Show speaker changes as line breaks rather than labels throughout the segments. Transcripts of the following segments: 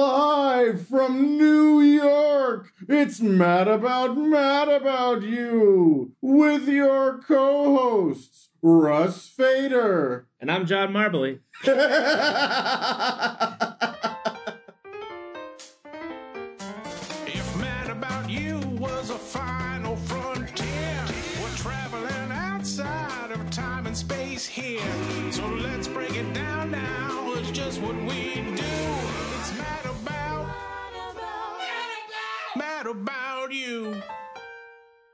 Live from New York, it's Mad About Mad About You with your co hosts, Russ Fader.
And I'm John Marbley.
If Mad About You was a final frontier, we're traveling outside of time and space here. So let's break it down now. It's just what we do. It's Mad About. Mad About You.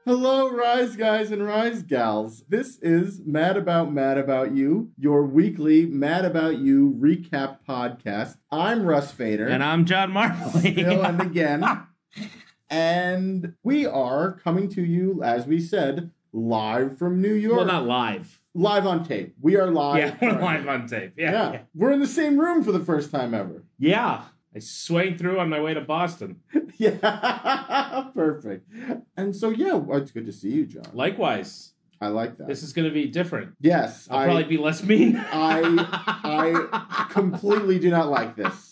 Hello, Rise Guys and Rise Gals. This is Mad About Mad About You, your weekly Mad About You recap podcast. I'm Russ Fader.
And I'm John Marbley.
Bill and again. And we are coming to you, as we said, live from New York.
well, not live.
live on tape. We are live.
yeah, we're live on tape. Yeah.
Yeah.
yeah.
We're in the same room for the first time ever.
Yeah. I swang through on my way to Boston.
Yeah. Perfect. And so, yeah, well, it's good to see you, John.
Likewise,
I like that.
this is going to be different.
yes.
I'll
I,
probably be less mean.
I- completely do not like this.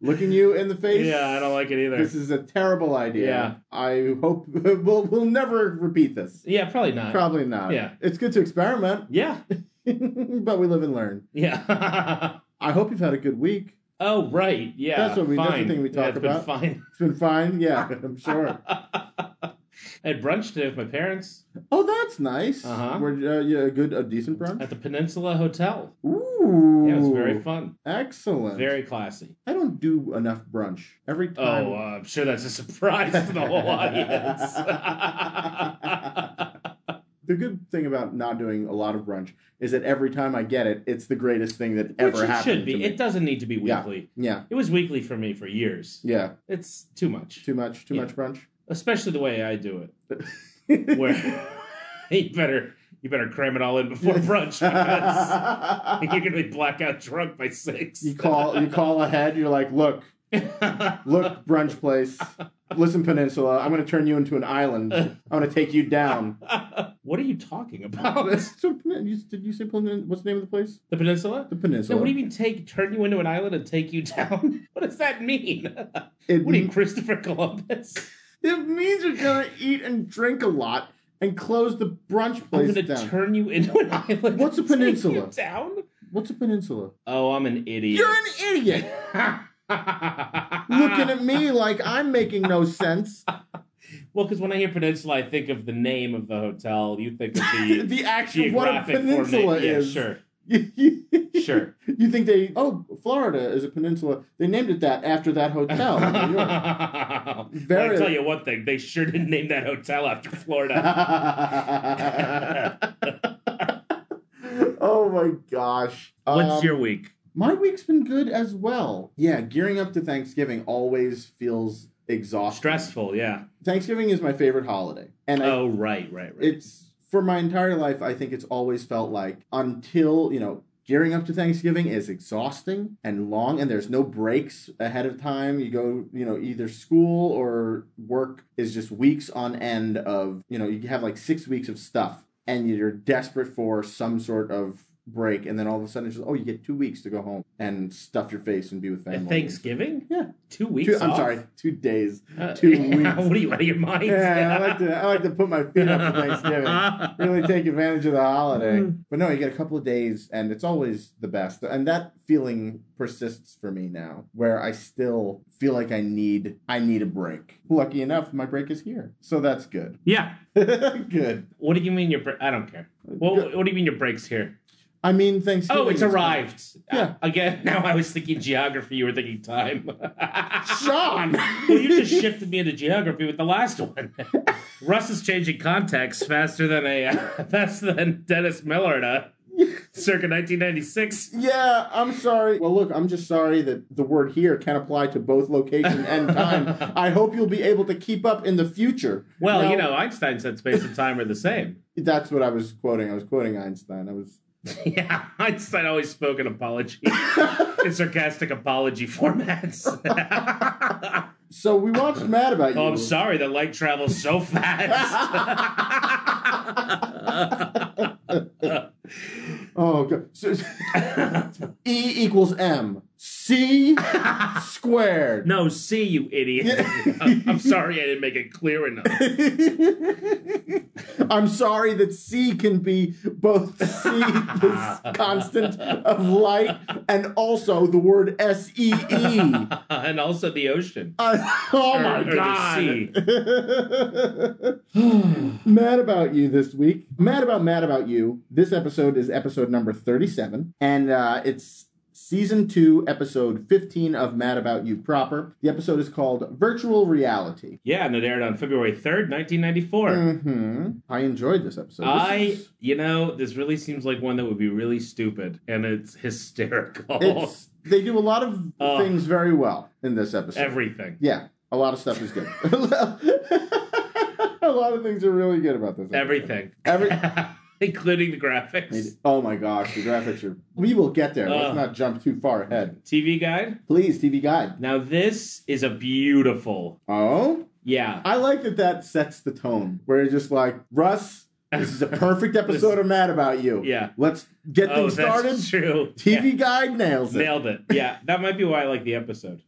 Looking you in the face.
Yeah, I don't like it either.
This is a terrible idea.
Yeah.
I hope we'll, we'll never repeat this.
yeah, probably not.
Probably not.
Uh, Yeah.
It's good to experiment,
Yeah.
but we live and learn.
Yeah.
I hope you've had a good week.
oh, right. Yeah.
That's what we- that's the
fine.
thing we talk
Yeah, it's been
about.
fine.
It's been fine. Yeah, I'm sure.
I had brunch today with my parents
Oh, that's nice.
Uh-huh.
Were, uh, yeah, a good, a decent brunch.
at the Peninsula Hotel.
Ooh.
Yeah, it was very fun.
Excellent.
Very classy.
I don't do enough brunch every time.
Oh, uh, I'm sure that's a surprise to the whole audience.
the good thing about not doing a lot of brunch is that every time I get it, it's the greatest thing that
Which
ever
it
happened.
should be.
to me.
It doesn't need to be
Yeah.
weekly.
yeah,
It was weekly for me for years.
yeah.
It's too much,
Too much. Too
Yeah.
much brunch.
especially the way I do it, where you better you better cram it all in before brunch because you're gonna be blackout drunk by six.
you call. You call ahead. You're like, look, look, brunch place. Listen, Peninsula. I'm going to turn you into an island. I'm going to take you down.
what are you talking about?
Oh, So, you- did you say Penin- what's the name of the place?
The peninsula.
The
No,
Peninsula.
what do you mean? Take turn you into an island and take you down? What does that mean?
It,
What are you, Christopher Columbus?
it means you're gonna eat and drink a lot and close the brunch
I'm
place
gonna
down.
turn you into an island.
What's a
and take
peninsula?
you down?
What's a peninsula?
Oh, I'm an idiot.
You're an idiot. Looking at
Ah.
me like I'm making no sense.
Well, because when I hear peninsula, I think of the name of the hotel. You think of the
the action what a
geographic
peninsula
formation.
is.
Yeah, sure,
you
sure.
think they oh Florida is a peninsula. They named it that after that hotel in New York.
Well,
Very-
I tell you one thing: they sure didn't name that hotel after Florida.
oh my gosh. Um,
What's your week?
My week's been good as well. Yeah, gearing up to Thanksgiving always feels exhausting.
Stressful, yeah.
Thanksgiving is my favorite holiday. And I
Oh, right, right, right.
it's for my entire life i think it's always felt like until you know gearing up to thanksgiving is exhausting and long and there's no breaks ahead of time you go you know either school or work is just weeks on end of you know you have like six weeks of stuff and you're desperate for some sort of break and then all of a sudden it's just oh you get two weeks to go home and stuff your face and be with
At
family
Thanksgiving?
Yeah.
Two
Two-
weeks.
i'm
off?
sorry two days
Uh,
two weeks.
yeah, What are you out of your mind?
yeah i like to i like to put my feet up for thanksgiving really take advantage of the holiday.
Mm-hmm.
But no, you get a couple of days, and it's always the best. And that feeling persists for me now, where I still feel like I need I need a break. Lucky enough, my break is here, so that's good.
yeah.
good.
What do you mean your? Bre- I don't care. What, what do you mean your breaks here?
I mean, Thanksgiving.
Oh, it's
is-
arrived.
Yeah.
Uh, again, now I was thinking geography, you were thinking time.
Sean.
well, you just shifted me into geography with the last one. Russ is changing context faster than a uh, faster than Dennis Miller uh, circa 1996.
Yeah, I'm sorry. Well, look, I'm just sorry that the word here can apply to both location and time. I hope you'll be able to keep up in the future.
Well,
Now,
you know, Einstein said space and time are the same.
that's what I was quoting. I was quoting Einstein. I was
Yeah, Einstein always spoke in apology, in sarcastic apology formats.
So we watched Mad About You.
oh, I'm sorry that light travels so fast.
Oh, God. So, e equals M. C squared.
No, see you idiot.
Yeah.
I'm I'm sorry I didn't make it clear enough.
I'm sorry that C can be both C, the s- constant of light, and also the word S E E.
and also the ocean.
Oh
Or-
my
or the sea.
god! mad about you this week. Mad about mad about you. This episode is episode number thirty-seven, and uh, it's season two, episode fifteen of Mad About You proper. The episode is called Virtual Reality.
Yeah, and it aired on February 3rd, 1994.
hmm I enjoyed this episode. This
I,
is-
you know, this really seems like one that would be really stupid, and it's hysterical.
it's, they do a lot of
Oh.
things very well in this episode.
Everything.
yeah, a lot of stuff is good. a lot of things are really good about this. episode.
Everything.
Every,
Including the
I mean,
graphics.
Oh my gosh, the graphics are. We will get there. Let's
Ugh.
not jump too far ahead.
TV guide.
Please, TV Guide.
Now, this is a beautiful.
Oh?
Yeah.
I like that that sets the tone where you're just like, Russ, this is a perfect episode of Mad About You.
Yeah.
Let's get
Oh,
things started.
that's true.
TV Guide nails
Yeah.
it.
Nailed it. Yeah, that might be why I like the episode.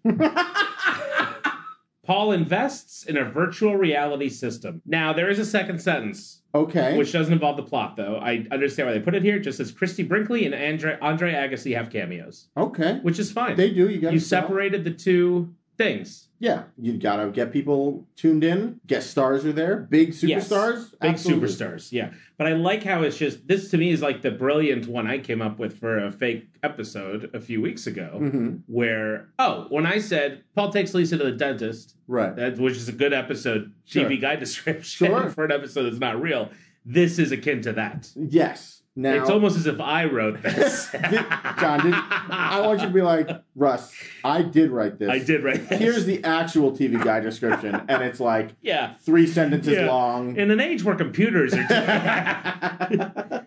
Paul invests in a virtual reality system. Now, there is a second sentence.
okay.
Which doesn't involve the plot, though. I understand why they put it here. It just says Christy Brinkley and Andre Andre Agassi have cameos,
okay.
which is fine.
They do. You got
you separated the two things.
Yeah. You got to get people tuned in. Guest stars are there. Big
Yes.
superstars.
Big
Absolutely.
superstars, yeah. But I like how it's just this to me is like the brilliant one I came up with for a fake episode a few weeks ago,
Mhm.
where oh, when I said Paul takes Lisa to the dentist,
Right.
that which is a good episode
Sure.
TV guide description
Sure.
for an episode that's not real. This is akin to that.
Yes. Now.
it's almost as if I wrote this.
John, did, I want you to be like, Russ, I did write this.
I did write this.
Here's the actual TV guide description, and it's like
yeah.
three sentences
Yeah.
long.
In an age where computers are.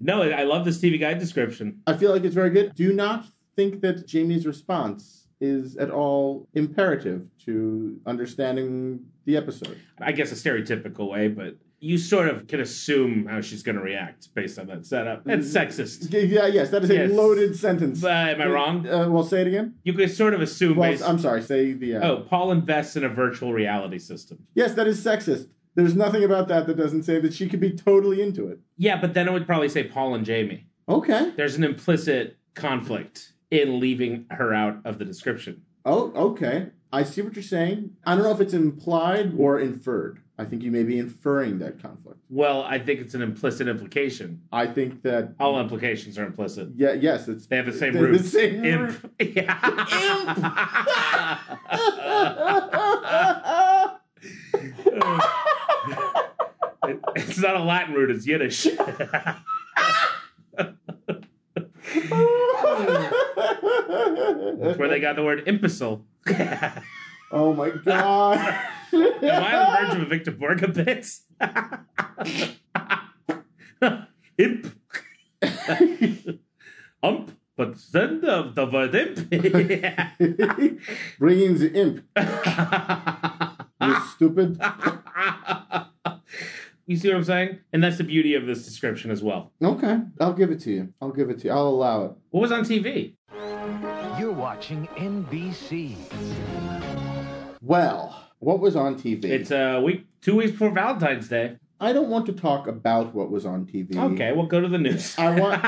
no, I love this TV guide description.
I feel like it's very good. Do not think that Jamie's response is at all imperative to understanding the episode.
I guess a stereotypical way, but you sort of can assume how she's going to react based on that setup.
Mm-hmm.
It's sexist.
Yeah, yes, that is a
Yes.
loaded sentence.
Uh, am I wrong?
Uh, well, say it again.
You can sort of assume
Well,
based.
I'm sorry. Say the. Uh,
Oh, Paul invests in a virtual reality system.
Yes, that is sexist. There's nothing about that that doesn't say that she could be totally into it.
Yeah, but then it would probably say Paul and Jamie.
Okay.
There's an implicit conflict in leaving her out of the description.
Oh, okay. I see what you're saying. I don't know if it's implied or inferred. I think you may be inferring that conflict.
Well, I think it's an implicit implication.
I think that
All implications are implicit.
yeah, yes, it's
They have the same
They're
root.
the same
Imp. Yeah. it's not a Latin root, it's Yiddish. That's where they got the word imbecile. Am
oh my god.
I on the verge of a Victor Borga bit? imp. Ump. But then the, the word imp.
Bringing the imp, you
Ah.
stupid.
you see what I'm saying? And that's the beauty of this description as well.
Okay, I'll give it to you. I'll give it to you. I'll allow it.
What was on TV?
You're watching NBC.
Well, what was on TV?
It's uh, a week, two weeks before Valentine's Day.
I don't want to talk about what was on TV.
Okay, we'll go to the news.
I want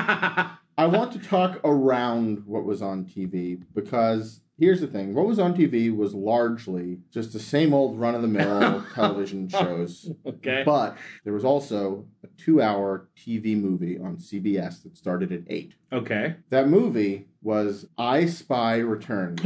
I want to talk around what was on TV because here's the thing: what was on TV was largely just the same old run-of-the-mill television shows.
okay.
But there was also a two-hour TV movie on CBS that started at eight.
Okay.
That movie was I Spy Returns,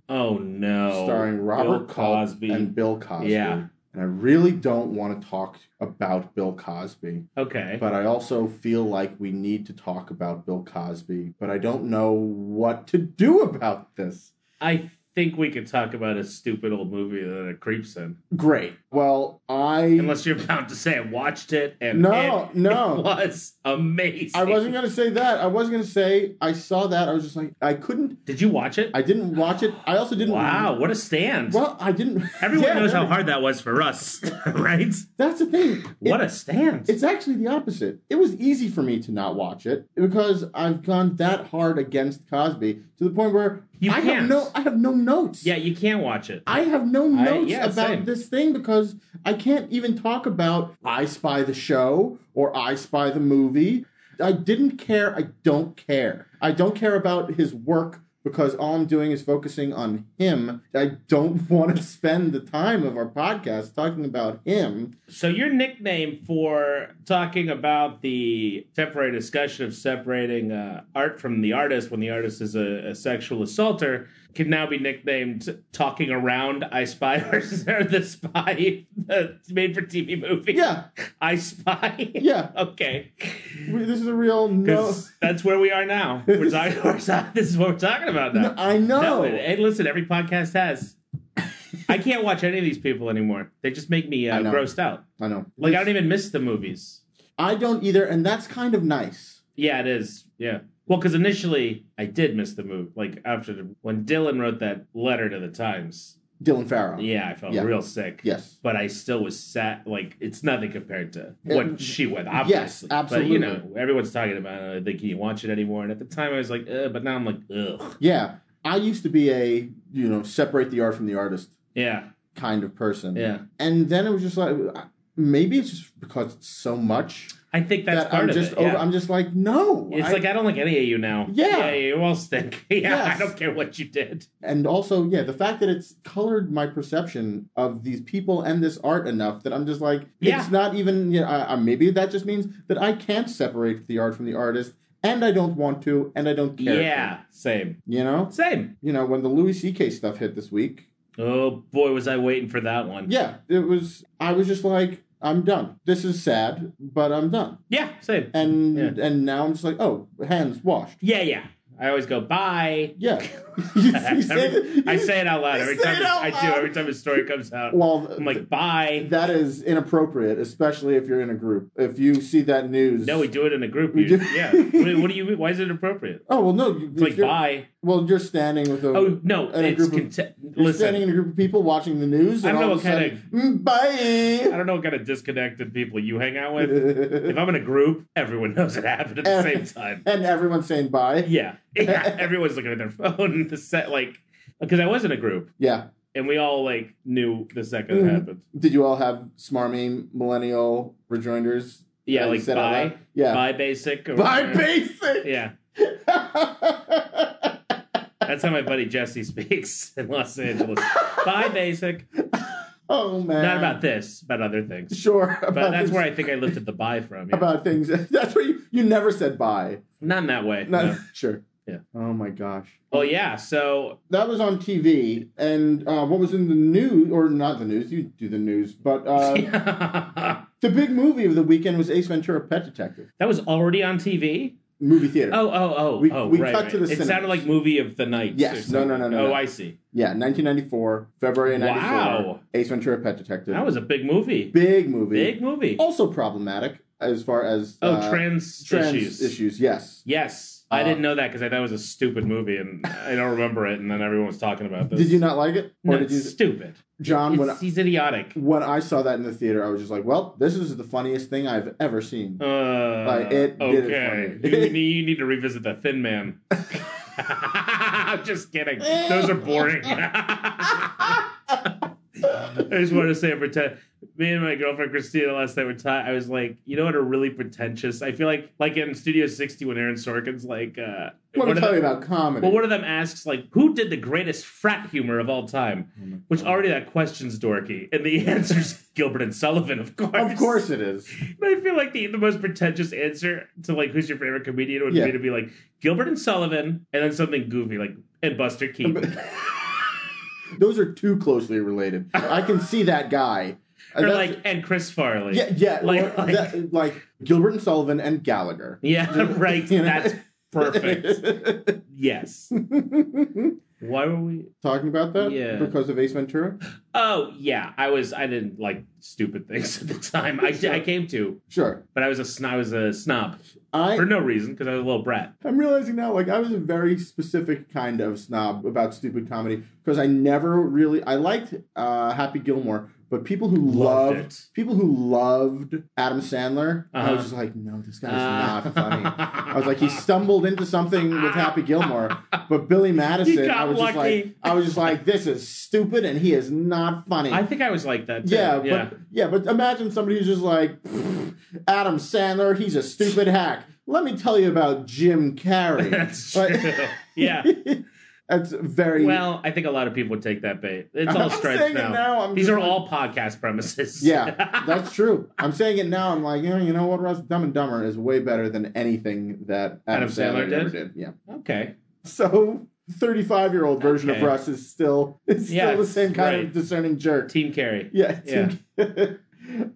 oh no.
starring Robert
Bill
Culp
Cosby.
and Bill Cosby.
Yeah.
And I really don't want to talk about Bill Cosby.
okay.
But I also feel like we need to talk about Bill Cosby, but I don't know what to do about this.
I think we could talk about a stupid old movie that it creeps in.
Great. Well, I
Unless you're about to say I watched it and
No,
it,
no.
it was amazing.
I wasn't going to say that. I was going to say I saw that. I was just like I couldn't
Did you watch it?
I didn't watch it. I also didn't
wow, what a stand.
Well, I didn't
Everyone
Yeah,
knows how
every-
hard that was for us, right?
That's the thing.
What
It-
a stand.
It's actually the opposite. It was easy for me to not watch it because I've gone that hard against Cosby to the point where
You
I
can't.
have no I have no notes.
yeah, you can't watch it.
I have no notes
yeah,
about
same.
this thing because I can't even talk about I Spy the show or I Spy the movie. I didn't care. I don't care. I don't care about his work because all I'm doing is focusing on him. I don't want to spend the time of our podcast talking about him.
So your nickname for talking about the temporary discussion of separating uh, art from the artist when the artist is a, a sexual assaulter can now be nicknamed "talking around I Spy" versus or the Spy, the made-for-TV movie.
Yeah.
I Spy.
Yeah.
okay,
We- This is a real no.
'Cause that's where we are now. We're talking. we're talking- this is what we're talking about now.
No, I know.
No, and, and listen, every podcast has. I can't watch any of these people anymore. They just make me uh,
I know.
grossed out.
I know.
Like I don't even miss the movies.
I don't either, and that's kind of nice.
Yeah, it is. Yeah. Well, because initially I did miss the move. Like after the, when Dylan wrote that letter to the Times.
Dylan Farrow.
Yeah, I felt
Yeah.
real sick.
Yes.
But I still was sat like it's nothing compared to what
Uh,
she went. Obviously, But
absolutely.
you know, everyone's talking about. it. I think you watch it anymore. And at the time, I was like, Ugh, but now I'm like, ugh.
Yeah. I used to be a, you know, separate the art from the artist
Yeah,
kind of person.
yeah.
And then it was just like maybe it's just because it's so much
I think that's
that
part
I'm
of
just
it.
over
yeah.
I'm just like, no.
It's
I-
like I don't like any of you now.
Yeah.
you all stink. Yeah,
Yes.
I don't care what you did.
and also, yeah, the fact that it's colored my perception of these people and this art enough that I'm just like,
Yeah.
it's not even. You know, I, I, maybe that just means that I can't separate the art from the artist, and I don't want to, and I don't care. to.
Yeah, same,
you know,
same.
you know, when the Louis C.K. stuff hit this week,
Oh boy, was I waiting for that one.
yeah, it was. I was just like, I'm done. This is sad, but I'm done.
yeah, same.
And
Yeah.
and now I'm just like, oh, hands washed.
Yeah, yeah. I always go bye.
Yeah, you,
Every-
you say that-
I say it out loud
you
every
say
time.
it out
I do
loud.
every time a story comes out.
Well,
I'm like bye.
that is inappropriate, especially if you're in a group. If you see that news,
No, we do it in a group.
We
You-
do.
yeah. What, what do you mean? Why is it appropriate?
Oh well, no. You,
It's like
you're,
bye.
Well, you're standing with a.
Oh no,
in a
it's
group of-
conte-
You're
listen.
standing in a group of people watching the news.
I
And
don't know
all of a
what kind
sudden, "Mm,
I
bye.
don't know what kind of disconnected people you hang out with. if I'm in a group, everyone knows it happened at the same time.
and everyone's saying bye.
Yeah. yeah. Everyone's looking at their phone. The set, like, because I was in a group
Yeah.
and we all, like, knew the 2nd it
Mhm.
happened.
Did you all have smarmy millennial rejoinders?
Yeah,
that you
like,
said out
bye.
loud? Yeah.
Bye, basic. Or
Bye,
whatever.
basic.
Yeah. That's how my buddy Jesse speaks in Los Angeles. bye, basic.
oh man.
Not about this, about other things.
Sure. About
But that's
things,
where I think I lifted the bye from. yeah.
about things. That's where you, you never said bye.
Not in that way.
Not,
no.
Sure.
Yeah.
Oh my gosh.
Well, yeah. So
that was on TV, and uh, what was in the news, or not the news, you do the news, but uh,
that
the big movie of the weekend was Ace Ventura Pet Detective,
was already on TV.
movie theater.
Oh, oh, oh,
We-
oh!
we
right,
cut
right.
to the
It
cinemas.
sounded like movie of the night.
Yes.
or something.
No, no, no, no,
Oh,
no.
I see.
Yeah, 1994, February of 94.
Wow.
Ace Ventura Pet Detective.
That was a big movie.
big movie.
Big Oh, movie. Oh,
Also problematic as far as uh,
trans,
trans
issues.
yes.
Yes,
Uh,
I didn't know that because I thought it was a stupid movie, and I don't remember it. And then everyone was talking about this.
Did you not like it?
No,
did
it's
you,
stupid.
John, when I,
It's, he's idiotic.
when I saw that in the theater, I was just like, well, this is the funniest thing I've ever seen.
Uh,
Like, it did it
okay,
for me.
you, need- you need to revisit the Thin Man. I'm just kidding. Those are boring. I just wanted to say, pretend. Me and my girlfriend Christina last night were talking. I was like, you know what are really pretentious? I feel like, like in Studio 60 when Aaron Sorkin's like, uh,
Let me
one of
tell
the-
you about comedy.
well, one of them asks like, who did the greatest frat humor of all time?
Oh
Which already that question's dorky, and the answer's Gilbert and Sullivan, of course.
of course it is.
I feel like the, the most pretentious answer to like who's your favorite comedian would
Yeah.
be to be like Gilbert and Sullivan, and then something goofy like and Buster Keaton,
Those are too closely related. I can see that guy.
or
That's-
like and Chris Farley.
yeah, yeah, or
like-
that-
like-
like, Gilbert and Sullivan and Gallagher.
Yeah, right.
You know?
That's perfect. yes. Why were we?
Talking about that,
Yeah.
because of Ace Ventura.
Oh yeah, I was. I didn't like stupid things at the time. I, I came to,
Sure,
but I was a sn- I was a snob.
I
for no reason because I was a little brat.
I'm realizing now, like I was a very specific kind of snob about stupid comedy because I never really I liked uh, Happy Gilmore, but people who loved,
Loved it.
people who loved Adam Sandler, I was
Uh-huh.
just like, no, this guy's
Uh.
not Ah, funny. I was like, he stumbled into something with Happy Gilmore, but Billy Madison,
got
I was just
lucky.
like, I was just like, this is stupid and he is not funny.
I think I was like that. Too.
Yeah,
yeah.
but yeah, but imagine somebody who's just like "Pfft, Adam Sandler. He's a stupid hack. Let me tell you about Jim Carrey.
That's true.
Like,
yeah.
that's very
Well, I think a lot of people would take that bait. It's
I'm
all
saying it
stretched now.
now, I'm
These
just
are
like-
all podcast premises.
Yeah, that's true. I'm saying it now. I'm like, you know, you know what, Russ? Dumb and Dumber is way better than anything that Adam,
Adam Sandler
ever
did?
Yeah.
okay.
So, 35 year old version of
Okay.
Russ is still is still
Yeah,
the same kind of
right.
discerning jerk.
Team Carey.
Yeah.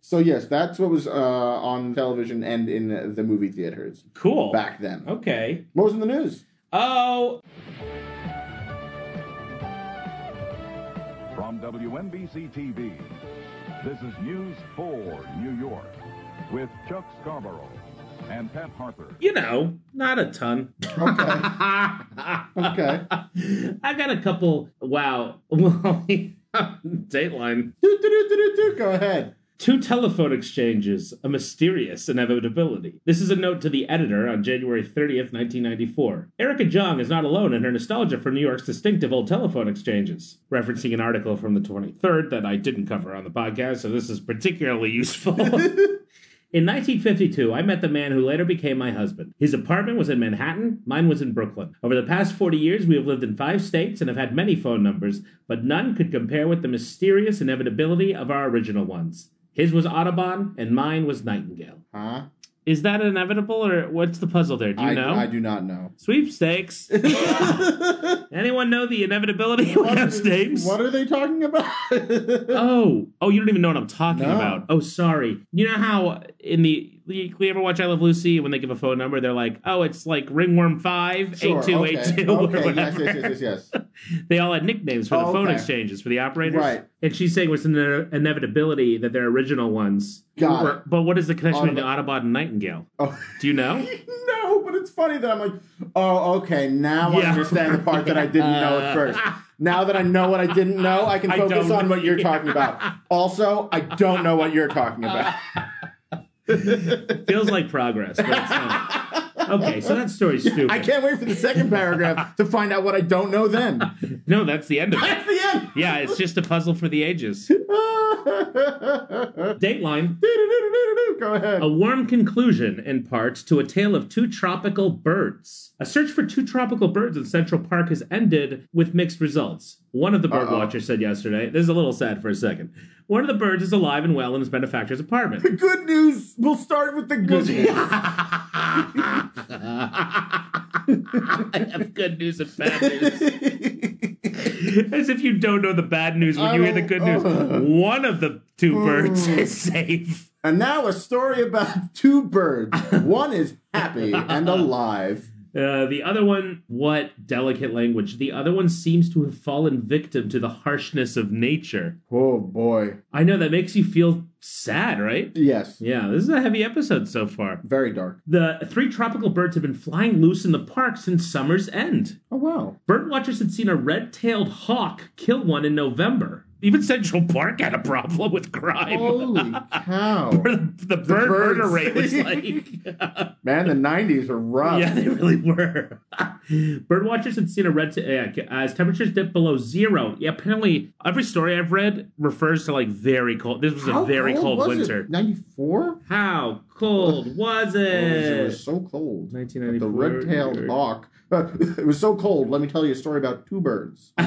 so yes, that's what was uh, on television and in the movie theaters
Cool.
back then.
Oh. Okay.
What was in the news?
Oh,
From WNBC TV, this is News 4 New York with Chuck Scarborough and Pat Harper.
you know, not a ton.
Okay.
I got a couple. Wow. Well, Dateline.
do, do, do, do, do, do. Go ahead.
Two telephone exchanges, a mysterious inevitability. This is a note to the editor on January 30th, 1994. Erica Jong is not alone in her nostalgia for New York's distinctive old telephone exchanges, referencing an article from the 23rd that I didn't cover on the podcast, so this is particularly useful. In 1952, I met the man who later became my husband. His apartment was in Manhattan, mine was in Brooklyn. Over the past 40 years, we have lived in five states and have had many phone numbers, but none could compare with the mysterious inevitability of our original ones. His was Audubon, and mine was Nightingale.
Huh?
Is that inevitable, or what's the puzzle there? Do you
I,
know?
I do not know.
Sweepstakes. Anyone know the inevitability of stakes?
What are they talking about?
Oh, oh, you don't even know what I'm talking
No.
about. Oh, sorry. You know how in the you, you ever watch I Love Lucy when they give a phone number, they're like, oh, it's like ringworm five
Sure,
eight two
okay.
eight two or
Okay, yes,
whatever.
yes, yes, yes, yes.
They all had nicknames for the
Oh,
phone
okay.
exchanges for the operators.
Right.
And she's saying it's an ine- inevitability that their original ones.
Got
were- But what is the connection between Autobot and Nightingale?
Oh.
Do you know?
no, but it's funny that I'm like, oh, okay, now I
Yeah.
understand the part that I didn't know at first. Now that I know what I didn't know, I can
I
focus
don't-
on what you're talking about. Also, I don't know what you're talking about.
Feels like progress. But it's not. okay, so that story's stupid.
I can't wait for the second paragraph to find out what I don't know then.
No, that's the end of it.
That's the end.
Yeah, it's just a puzzle for the ages. Dateline
Go ahead.
A warm conclusion, in part, to a tale of two tropical birds. A search for two tropical birds in Central Park has ended with mixed results. One of the bird
Uh-oh.
watchers said yesterday, this is a little sad for a second. One of the birds is alive and well in his benefactor's apartment.
Good news. We'll start with the good news.
I have good news and bad news. As if you don't know the bad news when
I
you hear the
don't-
good news.
Ugh.
One of the two birds is safe.
and now a story about two birds. One is happy and alive.
Uh, the other one, what delicate language. The other one seems to have fallen victim to the harshness of nature.
Oh boy.
I know that makes you feel sad, right?
Yes.
Yeah, this is a heavy episode so far.
Very dark.
The three tropical birds have been flying loose in the park since summer's end.
Oh wow.
Bird watchers had seen a red tailed hawk kill one in November. Even Central Park had a problem with crime.
Holy cow.
the, Oh. the bird
birds.
murder rate was like.
Man, the nineties are rough.
Yeah, they really were. Bird watchers had seen a red t- yeah, as temperatures dipped below zero. Yeah, apparently every story I've read refers to like very cold. This was a very cold, winter.
Ninety four?
How cold was
Oh, It
it?
was so cold.
1994.
The red tailed hawk. it was so cold. Let me tell you a story about two birds.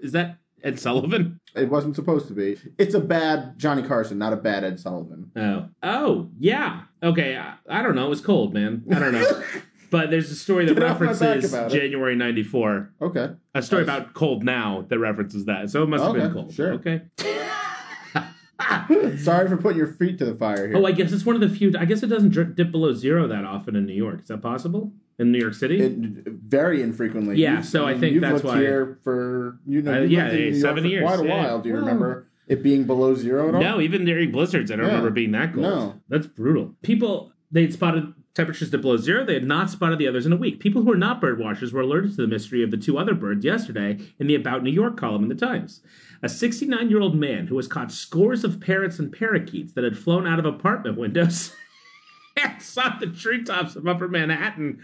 Is that Ed Sullivan?
It wasn't supposed to be. It's a bad Johnny Carson, not a bad Ed Sullivan.
Oh, oh yeah. Okay, I, I don't know. It was cold, man. I don't know. but there's a story that
Get off my back
references
about it.
January '94.
Okay.
A story
Nice.
about cold now that references that. So it must have
Okay,
been cold.
sure.
Okay.
Sorry for putting your feet to the fire here.
Oh, I guess it's one of the few. I guess it doesn't dri- dip below zero that often in New York. Is that possible in New York City?
It- very infrequently.
Yeah,
You've-
so I think
you've lived
that's why-
here for you know
Uh,
you've
yeah,
lived in New York
seven
for
years,
quite a
yeah.
while. Do you
Well-
remember it being below zero at all?
no, even during blizzards, I don't
Yeah.
remember being that cold.
No.
That's brutal. People they'd spotted temperatures to below zero, they had not spotted the others in a week. People who are not bird watchers were alerted to the mystery of the two other birds yesterday in the About New York column in the Times. A 69 year old man who has caught scores of parrots and parakeets that had flown out of apartment windows. and Saw the treetops of Upper Manhattan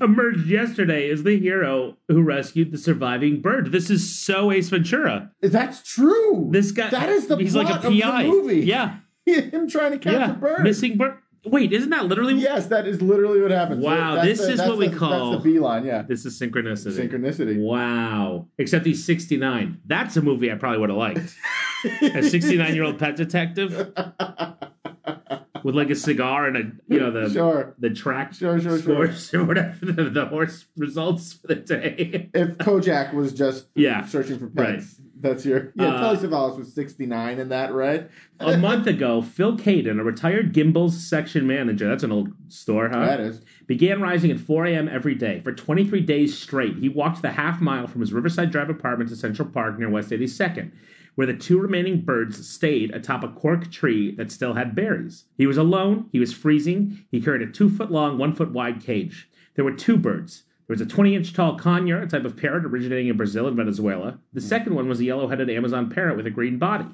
emerged yesterday as the hero who rescued the surviving bird. This is so Ace Ventura.
That's true.
This guy
That is the
he's
plot
like a PI.
of the movie.
Yeah,
him trying to catch
yeah,
a bird.
missing bird. Wait, isn't that literally?
Yes, that is literally what happens.
Wow,
That's
this
the-
is
that's
what we
the-
call-
that's the beeline. Yeah,
This is synchronicity.
synchronicity.
Wow. Except he's 69. That's a movie I probably would have liked. a 69 year old pet detective with like a cigar and a, you know, the.
Sure.
The track
Sure, sure, sure.
scores or whatever the, the horse results for the day.
If Kojak was just
Yeah,
searching for
right.
pets, that's your yeah.
Uh,
Telly Savalas was sixty nine in that, right?
a month ago, Phil Caden, a retired Gimbals section manager, that's an old store, huh?
that is
began rising at 4 a.m. every day. For 23 days straight, he walked the half mile from his Riverside Drive apartment to Central Park near West 82nd, where the two remaining birds stayed atop a cork tree that still had berries. He was alone, he was freezing, he carried a two foot long, one foot wide cage. There were two birds. There was a 20 inch tall conure, a type of parrot originating in Brazil and Venezuela. The second one was a yellow headed Amazon parrot with a green body.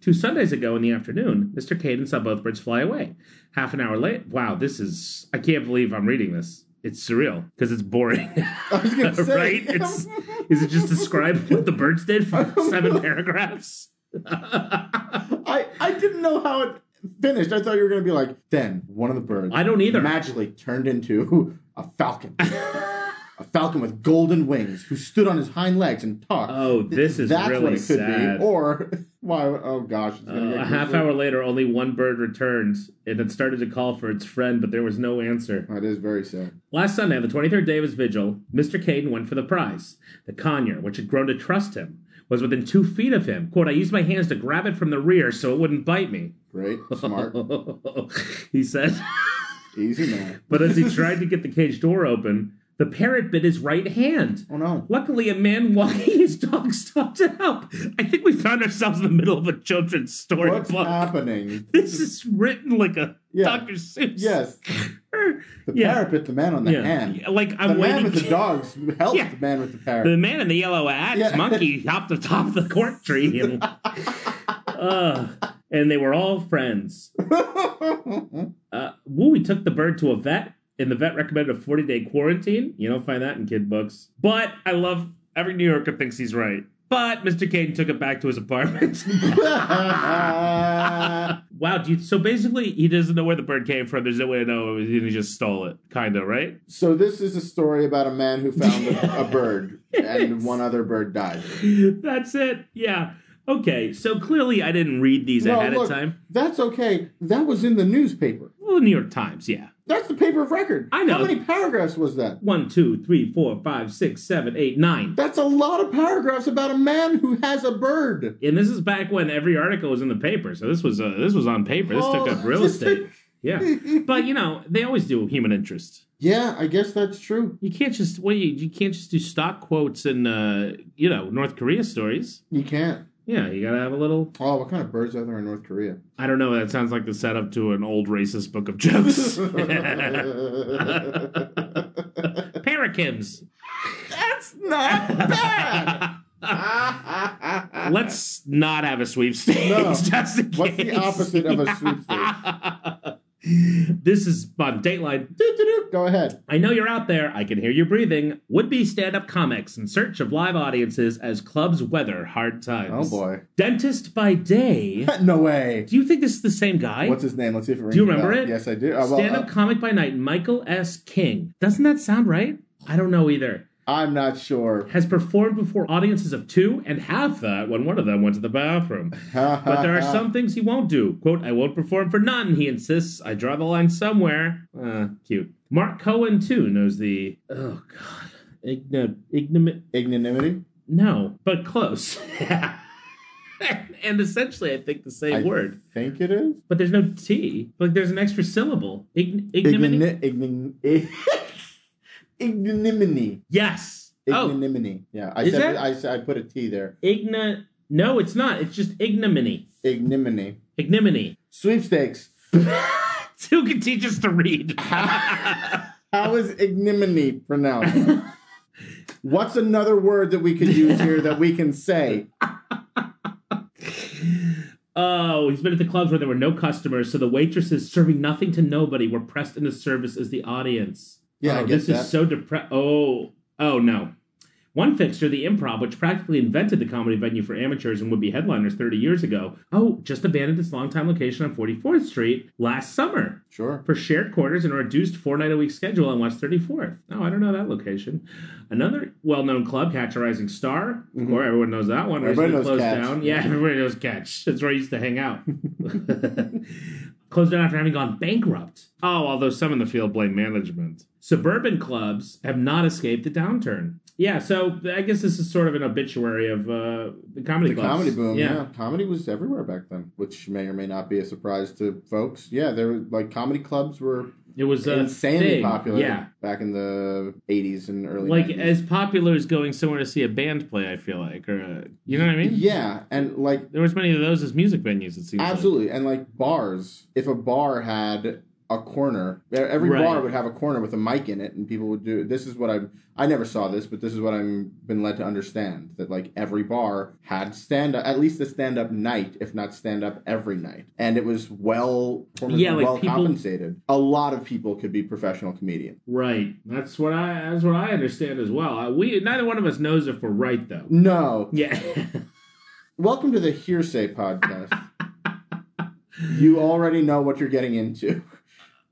Two Sundays ago in the afternoon, Mr. Caden saw both birds fly away. Half an hour later, wow, this is, I can't believe I'm reading this. It's surreal because it's boring.
I was gonna say,
right? It's, is it just describe what the birds did for seven paragraphs? Uh,
I I didn't know how it finished. I thought you were gonna be like, then one of the birds.
I don't either.
Magically turned into a falcon. A falcon with golden wings who stood on his hind legs and talked.
Oh, this is
That's
really
what it could
sad.
be. Or why? Oh gosh, it's
Uh,
gonna get
a half
gruesome.
hour later, only one bird returned. It had started to call for its friend, but there was no answer.
That is very sad.
Last Sunday, on the 23rd day of his vigil, Mr. Caden went for the prize. The conure, which had grown to trust him, was within two feet of him. Quote, I used my hands to grab it from the rear so it wouldn't bite me.
Great, smart,
he said.
easy man.
but as he tried to get the cage door open, the parrot bit his right hand.
Oh no.
Luckily, a man walking his dog stopped to help. I think we found ourselves in the middle of a children's
What's
storybook.
happening?
This is written like a
Yeah.
Dr. Seuss.
Yes, the
Yeah.
parrot bit the man on the
Yeah.
hand.
Like
The
I'm
man
waiting.
with the dogs helped
Yeah.
the man with the
The
parrot.
man in the yellow hat,
Yeah.
monkey, hopped the top of the cork tree, and uh, and they were all friends. Uh, Wooey took the bird to a vet, and the vet recommended a forty day quarantine. You don't find that in kid books, but I love every New Yorker thinks he's right. But Mr. Caden took it back to his apartment. wow, dude. So basically, he doesn't know where the bird came from. There's no way to know. It was- He just stole it, kind of, right?
so this is a story about a man who found a, a bird, and one other bird died.
That's it. Yeah. Okay. So clearly, I didn't read these
No,
ahead
look,
of time.
That's okay. That was in the newspaper.
Well, the New York Times. Yeah.
That's the paper of record.
I know.
How many paragraphs was that?
One, two, three, four, five, six, seven, eight, nine.
That's a lot of paragraphs about a man who has a bird.
And this is back when every article was in the paper. So this was uh, this was on paper. This took
Oh.
up real estate. Yeah. But you know, they always do human interest.
Yeah, I guess that's true.
You can't just well, you, you can't just do stock quotes and uh, you know North Korea stories.
You can't.
Yeah, you gotta have a little.
Oh, what kind of birds are there in North Korea?
I don't know. That sounds like the setup to an old racist book of jokes. Parakims.
That's not bad.
Let's not have a sweepstakes.
No.
Just in
What's the
case.
opposite of a sweepstakes?
this is fun. Dateline. Doo-doo-doo.
Go ahead.
I know you're out there. I can hear you breathing. Would be stand up comics in search of live audiences as clubs weather hard
Oh
times.
boy.
Dentist by day.
No way.
Do you think this is the same guy?
What's his name? Let's see if it rings.
Do you
a
remember
bell.
it?
Yes, I do. Uh, well,
Stand up
uh,
comic by night, Michael S. King. Doesn't that sound right? I don't know either.
I'm not sure.
Has performed before audiences of two and half that when one of them went to the bathroom. But
but
there are some things he won't do. Quote, I won't perform for none, he insists. I draw the line somewhere. Uh, cute. Mark Cohen, too, knows the. Oh, God. Igno. Ignomit.
ignominy.
No, but close. and essentially, I think the same
I
word.
Think it is.
But there's no T. Like, there's an extra syllable. Ign- ignominy?
Ignominy. Ignominy. Ignominy.
yes. Oh,
Ignominy. Yeah, I
Is
said
that-
I said I put a T there.
igna. No, it's not. It's just ignominy.
Ignominy.
Ignominy.
Sweepstakes.
who can teach us to read.
How is ignominy pronounced? What's another word that we could use here that we can say?
Oh, he's been at the clubs where there were no customers, so the waitresses serving nothing to nobody were pressed into service as the audience.
Yeah, I
oh,
get
this is
that.
so depre. Oh, oh no. One fixture, the Improv, which practically invented the comedy venue for amateurs and would-be headliners 30 years ago, oh, just abandoned its longtime location on 44th Street last summer
Sure.
for shared quarters and a reduced four-night-a-week schedule on West 34th. Oh, I don't know that location. Another well-known club, Catch a Rising Star. Of course, everyone knows that one.
Mm-hmm. Everybody
Recently
knows
closed
Catch.
down. Yeah, everybody knows Catch. That's where I used to hang out. closed down after having gone bankrupt. Oh, although some in the field blame management. Suburban clubs have not escaped the downturn. Yeah, so I guess this is sort of an obituary of uh, the comedy
The
clubs.
comedy boom, yeah. Comedy was everywhere back then, which may or may not be a surprise to folks. Yeah, there were like comedy clubs were
It was a
insanely
thing.
popular
Yeah.
back in the 80s and early
like
90s.
as popular as going somewhere to see a band play. I feel like, or uh, you know what I mean?
yeah, and like
There was many of those as music venues. It seems like.
Absolutely. And like bars, if a bar had a corner, e-, every
Right.
bar would have a corner with a mic in it and people would do this is what I'm I never saw this, but this is what I'm been led to understand that like every bar had stand up at least a stand up night, if not stand up every night. And it was well performers
Yeah,
were
like
well
people-
compensated. A lot of people could be professional comedians.
Right. That's what I. That's what I understand as well. I, we neither one of us knows if we're right though.
No.
Yeah.
Welcome to the hearsay podcast. you already know what you're getting into.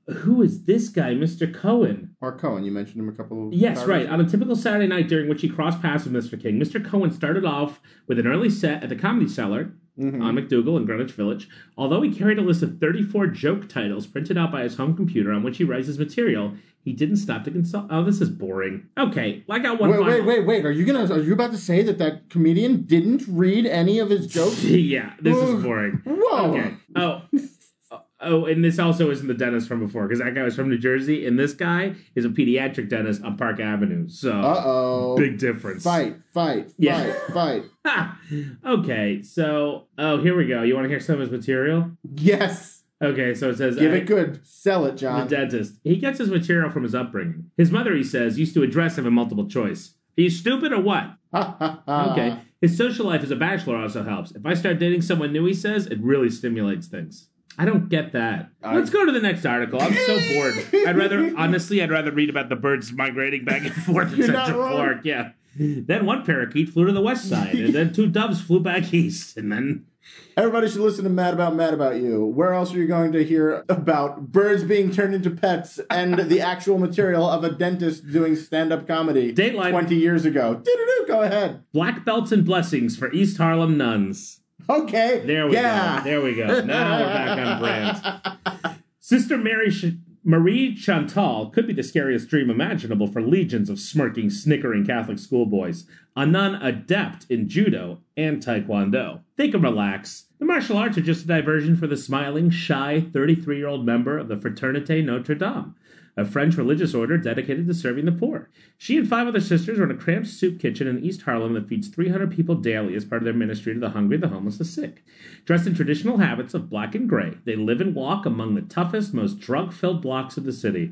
Who is this guy, Mr. Cohen?
Mark Cohen, you mentioned him a couple of
Yes,
hours
right. On a typical Saturday night during which he crossed paths with Mr. King, Mr. Cohen started off with an early set at the Comedy Cellar
Mm-hmm. Hmm.
on McDougal uh, in Greenwich Village. Although he carried a list of 34 joke titles printed out by his home computer on which he writes his material, he didn't stop to consult. Oh, this is boring. Okay, I got one.
Wait,
final-
wait, wait, wait! Are you gonna? Are you about to say that that comedian didn't read any of his jokes?
yeah, this
Ugh.
is boring.
Whoa!
Okay. Oh. Oh, and this also isn't the dentist from before because that guy was from New Jersey, and this guy is a pediatric dentist on Park Avenue. So,
Uh oh!
big difference.
Fight! Fight!
Yeah.
Fight! Fight!
Ha! Okay, so oh, here we go. You want to hear some of his material?
Yes!
Okay, so it says uh,
Give
I-
it good. Sell it, John.
the dentist. He gets his material from his upbringing. His mother, he says, used to address him in multiple choice. Are you stupid or what?
Uh-huh.
Okay. His social life as a bachelor also helps. If I start dating someone new, he says, it really stimulates things. I don't get that.
I-
Let's go to the next article. I'm so bored. I'd rather, honestly, I'd rather read about the birds migrating back and forth in
You're not
Central
wrong.
Park. Yeah. Then one parakeet flew to the west side, and then two doves flew back east, and then
Everybody should listen to Mad About Mad About You. Where else are you going to hear about birds being turned into pets and the actual material of a dentist doing stand-up comedy
Dateline.
twenty years ago? Do-do-do, Go ahead.
black belts and blessings for East Harlem nuns.
Okay.
There we
yeah.
go. There we go. Now we're back on brand. Sister Mary Sh- Marie Chantal could be the scariest dream imaginable for legions of smirking, snickering Catholic schoolboys, a nun adept in judo and taekwondo. They can relax. The martial arts are just a diversion for the smiling, shy 33 year old member of the Fraternité Notre Dame a French religious order dedicated to serving the poor. She and five other sisters run a cramped soup kitchen in East Harlem that feeds 300 people daily as part of their ministry to the hungry, the homeless, the sick. Dressed in traditional habits of black and gray, they live and walk among the toughest, most drug filled blocks of the city.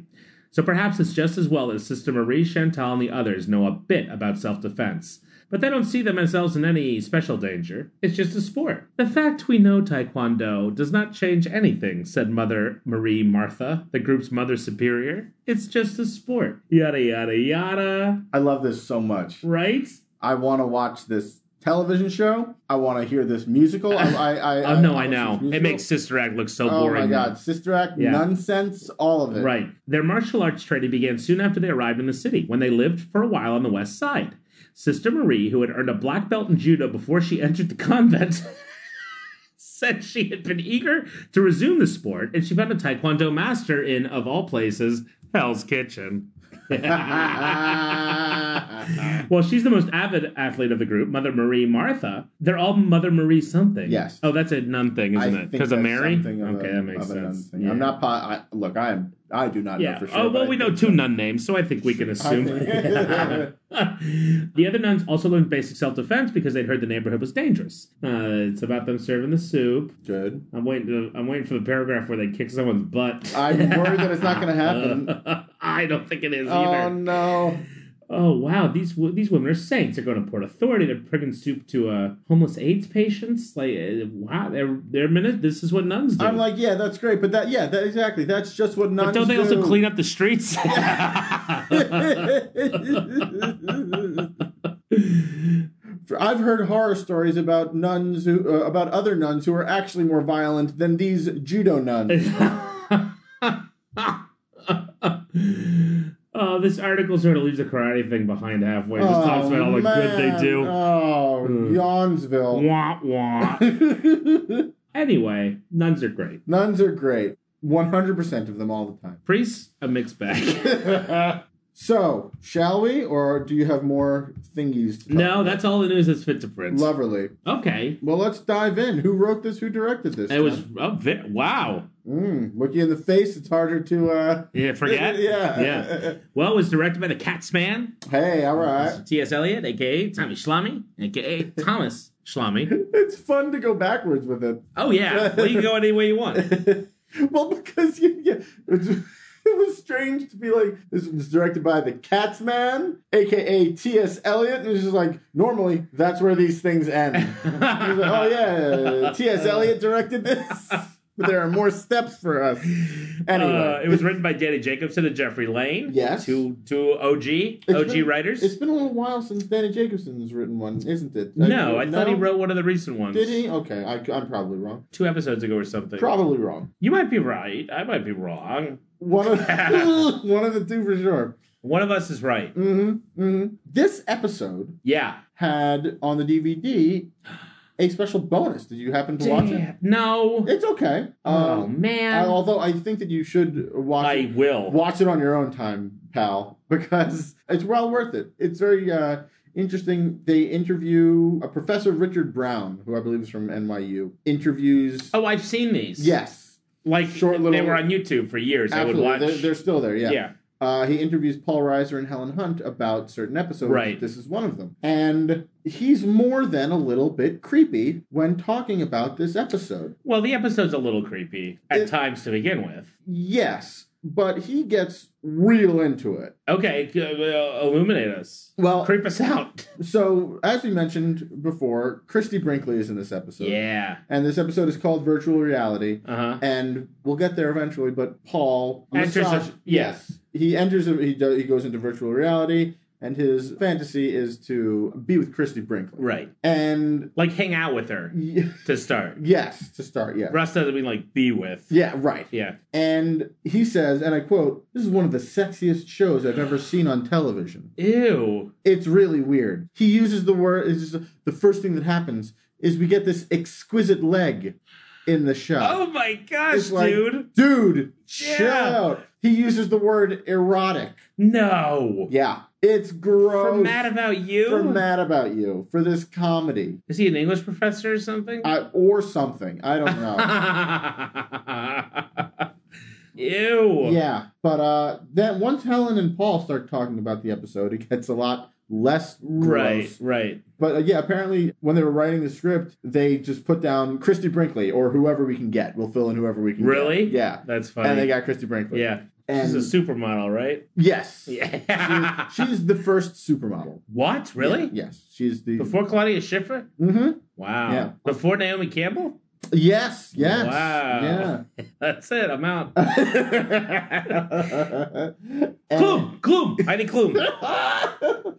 So perhaps it's just as well that Sister Marie Chantal and the others know a bit about self defense. But they don't see themselves in any special danger. It's just a sport. The fact we know Taekwondo does not change anything, said Mother Marie Martha, the group's mother superior. It's just a sport. Yada, yada, yada.
I love this so much.
Right?
I want to watch this television show. I want to hear this musical. I, I, I,
Oh, no, I
watch
know.
this musical.
It makes Sister Act look so
Oh
boring.
my god, Sister Act,
Yeah.
nonsense, all of it.
Right. Their martial arts training began soon after they arrived in the city, when they lived for a while on the west side. Sister Marie, who had earned a black belt in judo before she entered the convent, said she had been eager to resume the sport, and she found a taekwondo master in, of all places, Hell's Kitchen.
Well, she's the most avid athlete of the group, Mother Marie Martha. They're all Mother Marie something.
Yes.
Oh, that's a nun thing,
I
isn't it?
think
Because of
that's
Mary?
something of
okay,
a-
that makes
of a nun
sense.
thing.
Yeah.
I'm not. Po- I, look, I am. I do not know
Yeah.
for sure.
oh,
but
well,
I
we know
think-
two nun names, so I think we can assume.
think-
the other nuns also learned basic self defense because they'd heard the neighborhood was dangerous. Uh, it's about them serving the soup.
Good.
I'm waiting. To, I'm waiting for the paragraph where they kick someone's butt. Uh,
I'm worried that it's not gonna happen.
I don't think it is either.
Oh no.
Oh wow, these wo- these women are saints. They're going to Port Authority. They're bringing soup to uh, homeless AIDS patients. Like uh, wow, they're they're minute. This is what nuns do.
I'm like, yeah, that's great, but that, yeah, that exactly. That's just what nuns
but don't they also
do.
clean up the streets?
I've heard horror stories about nuns who, uh, about other nuns who are actually more violent than these judo nuns.
oh, this article sort of leaves the karate thing behind halfway. Just talks about all the good
Oh, man.
they do.
Oh,
Mm.
Yawnsville.
wah wah. anyway, nuns are great.
nuns are great. 100% of them all the time.
Priests a mixed bag.
So, shall we, or do you have more thingies to talk
no,
about?
that's all the news that's fit to print.
Loverly.
okay.
Well, let's dive in. Who wrote this? Who directed this?
It was
John?
oh, vi- wow.
Mm, look you in the face. It's harder to. uh
Yeah, forget.
Yeah.
yeah. Well, it was directed by the Cat's Man,
Hey, all right.
T.S. Eliot, aka Tommy Schlamme, aka Thomas Schlamme.
It's fun to go backwards with it.
Oh yeah, well, you can go any way you want.
well, because you, yeah, it's, it was strange to be like, this was directed by the Cat's Man, aka T.S. Eliot. And it's just like, normally, that's where these things end. It's like, oh, yeah, T.S. Eliot directed this. But there are more steps for us.
Uh,
Anyway,
it was written by Danny Jacobson and Jeffrey Lane.
Yes.
Two, two OG,
It's
OG
been-
writers.
it's been a little while since Danny Jacobson's written one, isn't it? Uh,
no, I thought he wrote one of the recent ones.
Did he? Okay, I, I'm probably wrong.
Two episodes ago or something.
Probably wrong.
You might be right. I might be wrong.
One of one of the two for sure.
One of us is right.
Mm-hmm, mm-hmm. This episode
Yeah.
had on the DVD a special bonus. Did you happen to watch it?
No.
It's okay.
Oh
Um,
man.
I- although I think that you should watch
I
it,
will.
watch it on your own time, pal, because it's well worth it. It's very uh, interesting. They interview a professor, Richard Brown, who I believe is from NYU. Interviews.
Oh, I've seen these.
Yes,
Like
Short
they
little-
were on YouTube for years.
absolutely.
I would
They're,
watch.
they're still there.
yeah.
Uh, he interviews Paul Reiser and Helen Hunt about certain episodes.
Right.
This is one of them. And he's more than a little bit creepy when talking about this episode.
Well, the episode's a little creepy at
It-
times to begin with.
Yes, but he gets real into it.
Okay, g- uh, illuminate us.
Well,
Creep us out.
so as we mentioned before, Christy Brinkley is in this episode.
Yeah.
And this episode is called Virtual Reality.
Uh huh.
And we'll get there eventually, but Paul
Enters a-
massage-
yes.
he enters. A, he do, he goes into virtual reality, and his fantasy is to be with Christy Brinkley.
Right.
And
Like hang out with her
Y-
to start.
Yes, to start, yeah.
Russ doesn't mean like be with.
Yeah, right.
Yeah.
And he says, and I quote, this is one of the sexiest shows I've ever seen on television.
Ew.
It's really weird. He uses the word, is the first thing that happens is we get this exquisite leg in the show.
Oh my gosh,
It's like,
dude.
Dude, chill
Yeah.
out. He uses the word erotic.
No.
Yeah. It's gross.
From Mad About You?
For Mad About You, for this comedy.
Is he an English professor or something?
I, or something. I don't know.
Ew.
Yeah, but uh, then once Helen and Paul start talking about the episode, it gets a lot less
Right,
gross.
right.
But uh, yeah, apparently when they were writing the script, they just put down Christy Brinkley or whoever we can get. We'll fill in whoever we can. get.
Really?
Yeah.
That's funny.
And they got Christy Brinkley.
yeah.
And
She's a supermodel, right?
yes,
Yeah.
she's the first supermodel.
what? Really?
Yes, she's the.
Before Claudia Schiffer?
hmm
Wow.
Yeah.
Before Naomi Campbell?
Yes. Yes.
Wow. That's it. I'm out.
Yeah. And-
Klum, Klum, Heidi Klum.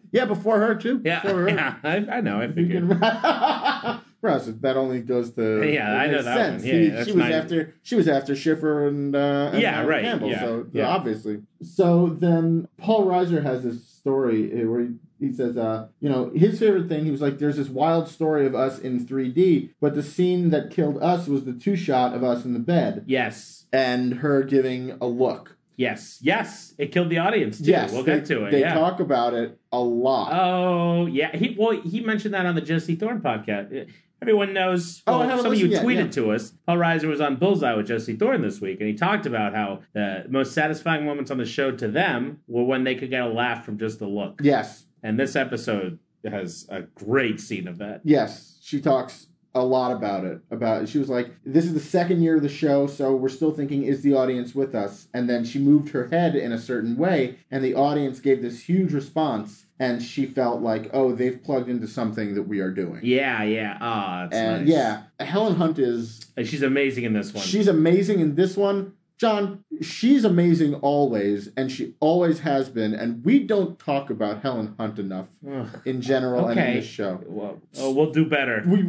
yeah, before her too.
Yeah,
Before her.
yeah I, I know. I
You can-
figured.
Russ, that only goes to
Yeah,
it
I know
makes
that one. Yeah,
He-
that's
she was
nice.
after she was after Schiffer and, uh, and
Yeah,
Naomi
right,
Campbell,
yeah,
so
yeah.
obviously. So then Paul Reiser has this story uh, where he, he says, uh, you know, his favorite thing. He was like, "There's this wild story of us in 3D, but the scene that killed us was the two shot of us in the bed
Yes.
and her giving a look."
Yes, yes, it killed the audience too.
yes,
we'll
they,
get to it.
They
yeah.
talk about it a lot.
Oh yeah, he well he mentioned that on the Jesse Thorne podcast. Uh, Everyone knows.
Oh, I
Well,
haven't
some of you
listened
tweeted
yet, yeah.
to us. Paul Reiser was on Bullseye with Jesse Thorne this week, and he talked about how the most satisfying moments on the show to them were when they could get a laugh from just a look.
yes,
And this episode has a great scene of that.
yes, she talks a lot about it. About she was like, "This is the second year of the show, so we're still thinking, is the audience with us?" And then she moved her head in a certain way, and the audience gave this huge response, and she felt like, "Oh, they've plugged into something that we are doing."
Yeah, yeah. Ah, that's
and
nice.
yeah, Helen Hunt is
and she's amazing in this one.
She's amazing in this one. John, she's amazing always, and she always has been. And we don't talk about Helen Hunt enough
Ugh.
in general and in
Okay.
this show.
Well, oh, we'll do better.
We,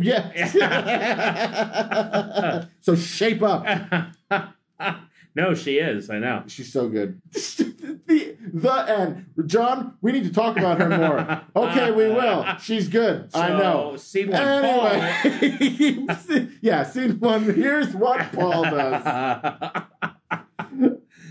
yeah. so shape up.
no, she is. I know.
She's so good. the, the end. John, we need to talk about her more. Okay, we will. She's good. I know.
So, Scene one. Paul.
Anyway, yeah, scene one. Here's what Paul does. Uh,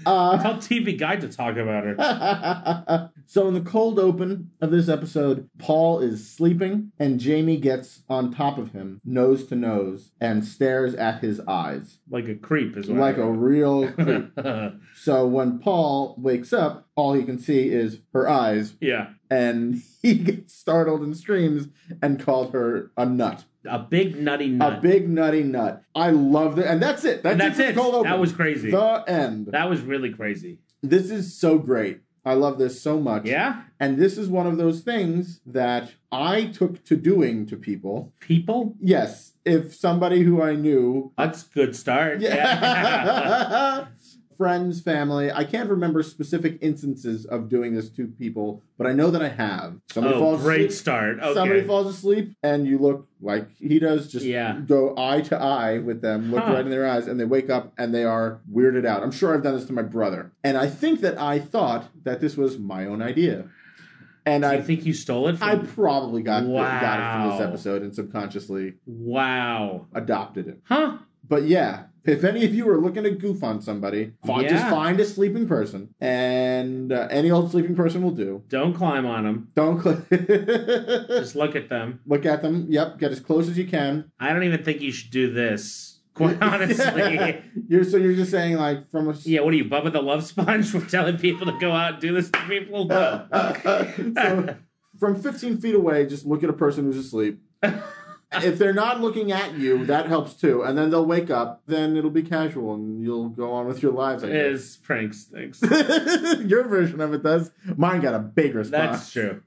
Tell TV Guide to talk about her.
so in the cold open of this episode, Paul is sleeping and Jamie gets on top of him, nose to nose, and stares at his eyes
Like a creep is what
like a real creep.
a
so when Paul wakes up, all he can see is her eyes
Yeah.
and he gets startled and screams and called her a nut.
A big nutty nut.
A big nutty nut. I love that. And that's it. That's,
and that's
it. for
it.
the Cold open.
That was crazy.
the end.
that was really crazy.
this is so great. I love this so much.
Yeah?
And this is one of those things that I took to doing to people.
People?
Yes, if somebody who I knew,
That's a good start. Yeah.
yeah, friends, family, I can't remember specific instances of doing this to people, but I know that I have. Somebody
oh,
falls
great
asleep.
start. Okay.
Somebody falls asleep, and you look like he does. Just
Yeah.
go eye to eye with them, look
Huh.
right in their eyes, and they wake up and they are weirded out. I'm sure I've done this to my brother, and I think that I thought that this was my own idea, and
I
I
think you stole it from
I probably got got it from
Wow.
this episode and subconsciously
Wow.
adopted it.
Huh?
But yeah, if any of you are looking to goof on somebody, fi- just
Yeah.
find a sleeping person, and uh, any old sleeping person will do.
Don't climb on them.
Don't click.
Just look at them.
Look at them. Yep, get as close as you can.
I don't even think you should do this. Quite honestly.
Yeah. you're so you're just saying like from a s-
Yeah, what are you, Bubba the Love Sponge? We're telling people to go out and do this to people?
Uh,
No.
so from 15 feet away, just look at a person who's asleep. if they're not looking at you, that helps too. And then they'll wake up. Then it'll be casual, and you'll go on with your lives. I guess.
is pranks things.
Your version of it does. Mine got a big response.
That's true.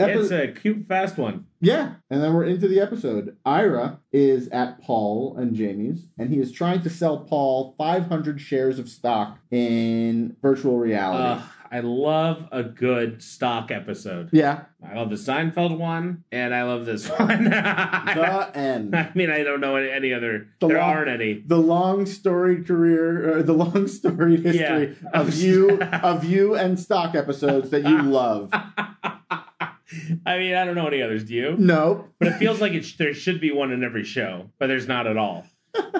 Epi-
It's a cute, fast one.
yeah, and then we're into the episode. Ira is at Paul and Jamie's, and he is trying to sell Paul 500 shares of stock in virtual reality.
Ugh, I love a good stock episode.
yeah,
I love the Seinfeld one, and I love this one. I
the end.
mean, I don't know any, any other.
The
there
long-
aren't any.
The long storied career, or the long storied history
Yeah.
of you, of you and stock episodes that you love.
I mean, I don't know any others. Do you?
Nope.
But it feels like it sh- there should be one in every show, but there's not at all.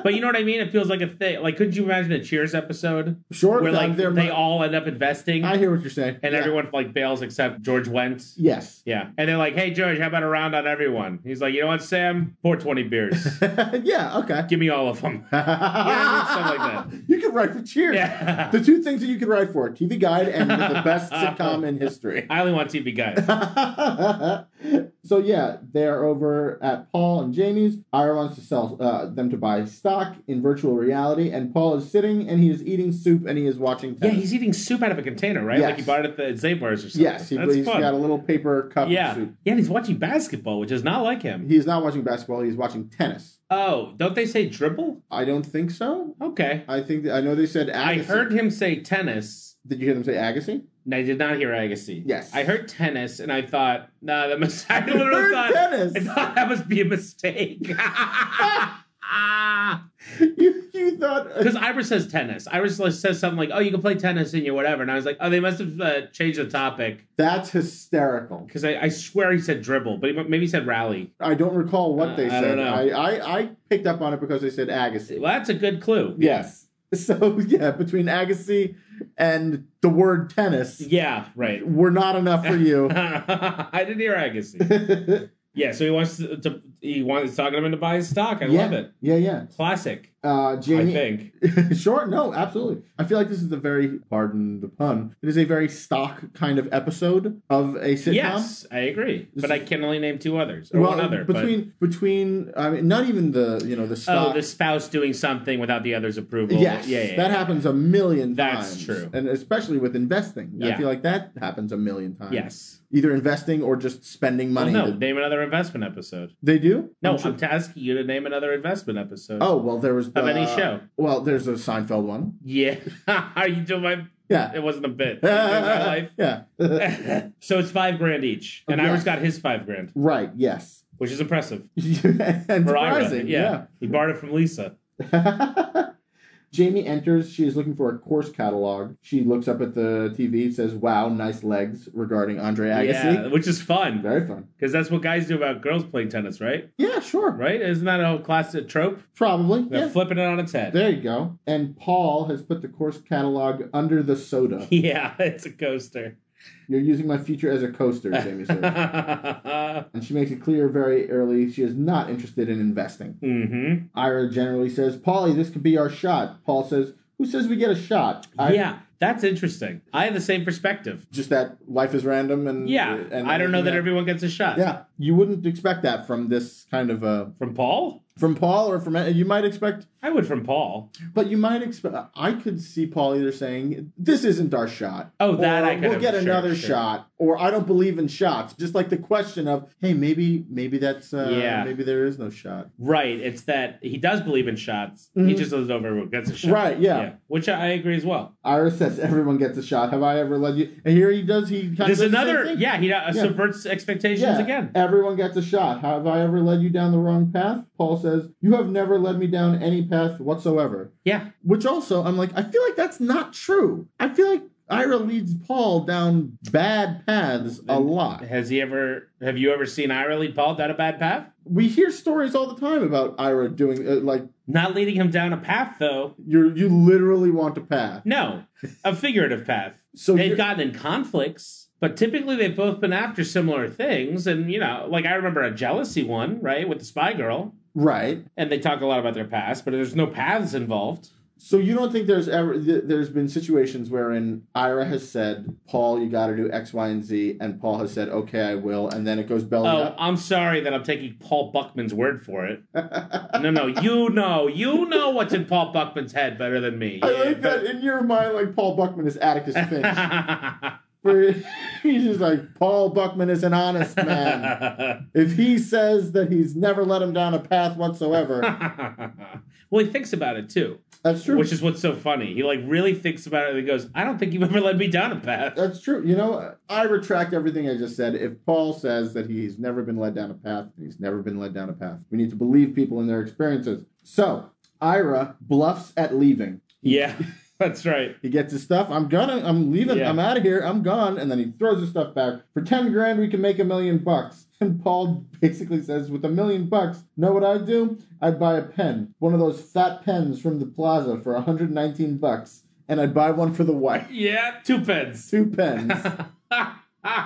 But you know what I mean? It feels like a thing. Like, could you imagine a Cheers episode
Short
where
time,
like
there
they
mu-
all end up investing
I hear what you're saying.
and
Yeah.
everyone like bails except George Wentz?
Yes.
Yeah. And they're like, hey, George, how about a round on everyone? He's like, you know what, Sam? Pour 20 beers.
yeah. Okay.
Give me all of them. Yeah, something like
You could write for Cheers.
Yeah.
The two things that you could write for TV Guide and the best sitcom in history.
I only want TV guys.
so, yeah, they're over at Paul and Jamie's. Ira wants to sell uh, them to buy stock in virtual reality, and Paul is sitting and he is eating soup and he is watching
Yeah,
tennis.
he's eating soup out of a container, right? Like
Yes.
he bought it at the Zabar's or something.
yes, he,
That's
has
fun.
got a little paper cup
yeah.
of soup.
Yeah, and he's watching basketball, which is not like him.
He is not watching basketball, he's watching tennis.
Oh, don't they say dribble?
I don't think so.
Okay.
I think I know they said Agassi.
I heard him say tennis.
Did you hear them say Agassi?
And I did not hear Agassi.
Yes.
I heard tennis and I thought, nah, that must I literally
heard
thought
tennis.
I thought that must be a mistake.
you, you thought
Because Ira says tennis. Ira says something like, "Oh, you can play tennis in your whatever," and I was like, "Oh, they must have uh, changed the topic."
that's hysterical.
Because I, I swear he said dribble, but he, maybe he said rally.
I don't recall what
Uh,
they
I
said.
don't know.
I, I, I picked up on it because they said Agassi.
Well, that's a good clue.
Yes. So yeah, between Agassi and the word tennis
Yeah, right.
were not enough for you.
I didn't hear Agassi. yeah, so he wants to, to he wants he's talking to him to buy his stock. I
yeah.
love it.
Yeah, yeah.
Classic,
Uh, Jamie,
I think.
sure, no, absolutely. I feel like this is a very, pardon the pun, it is a very stock kind of episode of a sitcom.
Yes, I agree.
This
but I
is-
can only name two others or one other. but,
between between I mean, not even the you know the stock.
oh, the spouse doing something without the other's approval.
Yes,
yeah, yeah,
that
yeah.
happens a million
That's
times.
true.
and especially with investing, I
Yeah.
feel like that happens a million times.
Yes.
either investing or just spending
Well,
money.
no,
Did-
name another investment episode.
they do.
No,
I'm
I'm,
sure-
asking you to name another investment episode.
oh well, there was
Of any
the-
show.
Well, there's a Seinfeld one.
yeah. Are you doing my?
Yeah.
It wasn't a bit. It was
yeah.
my life. so it's five grand each, and
Oh, Yeah.
Iris got his five grand,
right. Yes.
which is impressive.
and
For Ira,
surprising.
yeah. He borrowed it from Lisa.
yeah. Jamie enters. She is looking for a course catalog. She looks up at the TV. Says, "Wow, nice legs." Regarding Andre Agassi.
Yeah, which is fun
Very fun.
because that's what guys do about girls playing tennis, right?
Yeah, sure.
Right? Isn't that a whole classic trope?
Probably.
They're
yeah.
flipping it on its head.
There you go. And Paul has put the course catalog under the soda.
Yeah, it's a coaster.
You're using my future as a coaster, Jamie says.
mm-hmm.
And she makes it clear very early she is not interested in investing.
Hmm.
Ira generally says, Paulie, this could be our shot. Paul says, Who says we get a shot? I-
Yeah, that's interesting. I have the same perspective.
Just that life is random and
Yeah,
and
I don't know that everyone gets a shot.
Yeah, you wouldn't expect that from this kind of uh
From Paul?
from Paul or from you might expect
I would from Paul.
But you might expect. I could see Paul either saying, "This isn't our shot."
Oh, that
or,
I could
We'll
have-
get
sure,
another
sure.
shot, or I don't believe in shots. Just like the question of, "Hey, maybe, maybe that's, uh,
Yeah.
maybe there is no shot."
Right. It's that he does believe in shots. He
Mhm.
just doesn't know if everyone gets a shot.
Right, yeah.
Which I I agree as well.
Ira says, "Everyone gets a shot." Have I ever let you? And here he does. He kind
There's
of does the same
another,
thing.
yeah, he uh, subverts expectations
Yeah,
again.
Everyone gets a shot. Have I ever led you down the wrong path? Paul says, "You have never led me down any path whatsoever."
Yeah.
Which also, I'm like, I feel like that's not true. I feel like Ira leads Paul down bad paths a lot.
Has he ever? Have you ever seen Ira lead Paul down a bad path?
We hear stories all the time about Ira doing uh, like
Not leading him down a path, though.
you you literally want to path.
No, a figurative path.
So
they've
you're-
gotten in conflicts, but typically they've both been after similar things. And you know, like I remember a jealousy one, right, with the spy girl,
Right.
and they talk a lot about their past, but there's no paths involved.
So you don't think there's ever th- there's been situations wherein Ira has said, "Paul, you got to do X, Y, and Z," and Paul has said, "Okay, I will," and then it goes belly
Oh,
up.
I'm sorry that I'm taking Paul Buckman's word for it. no, no, you know, you know what's in Paul Buckman's head better than me.
I
Yeah,
like that in your mind, like Paul Buckman is Atticus Finch.
but-
Where he's just like Paul Buckman is an honest man. If he says that he's never let him down a path whatsoever,
well, he thinks about it too,
that's true.
which is what's so funny. He like really thinks about it and he goes, "I don't think you've ever led me down a path."
That's true. You know, I retract everything I just said. If Paul says that he's never been led down a path, he's never been led down a path. We need to believe people in their experiences. So, Ira bluffs at leaving.
Yeah, that's right.
He gets his stuff. I'm gonna, I'm leaving.
Yeah.
I'm out of here. I'm gone. And then he throws his stuff back. For 10 grand, we can make a million bucks. And Paul basically says, with a million bucks, know what I'd do? I'd buy a pen, one of those fat pens from the plaza for 119 bucks. And I'd buy one for the wife.
Yeah, two pens.
Two pens.
you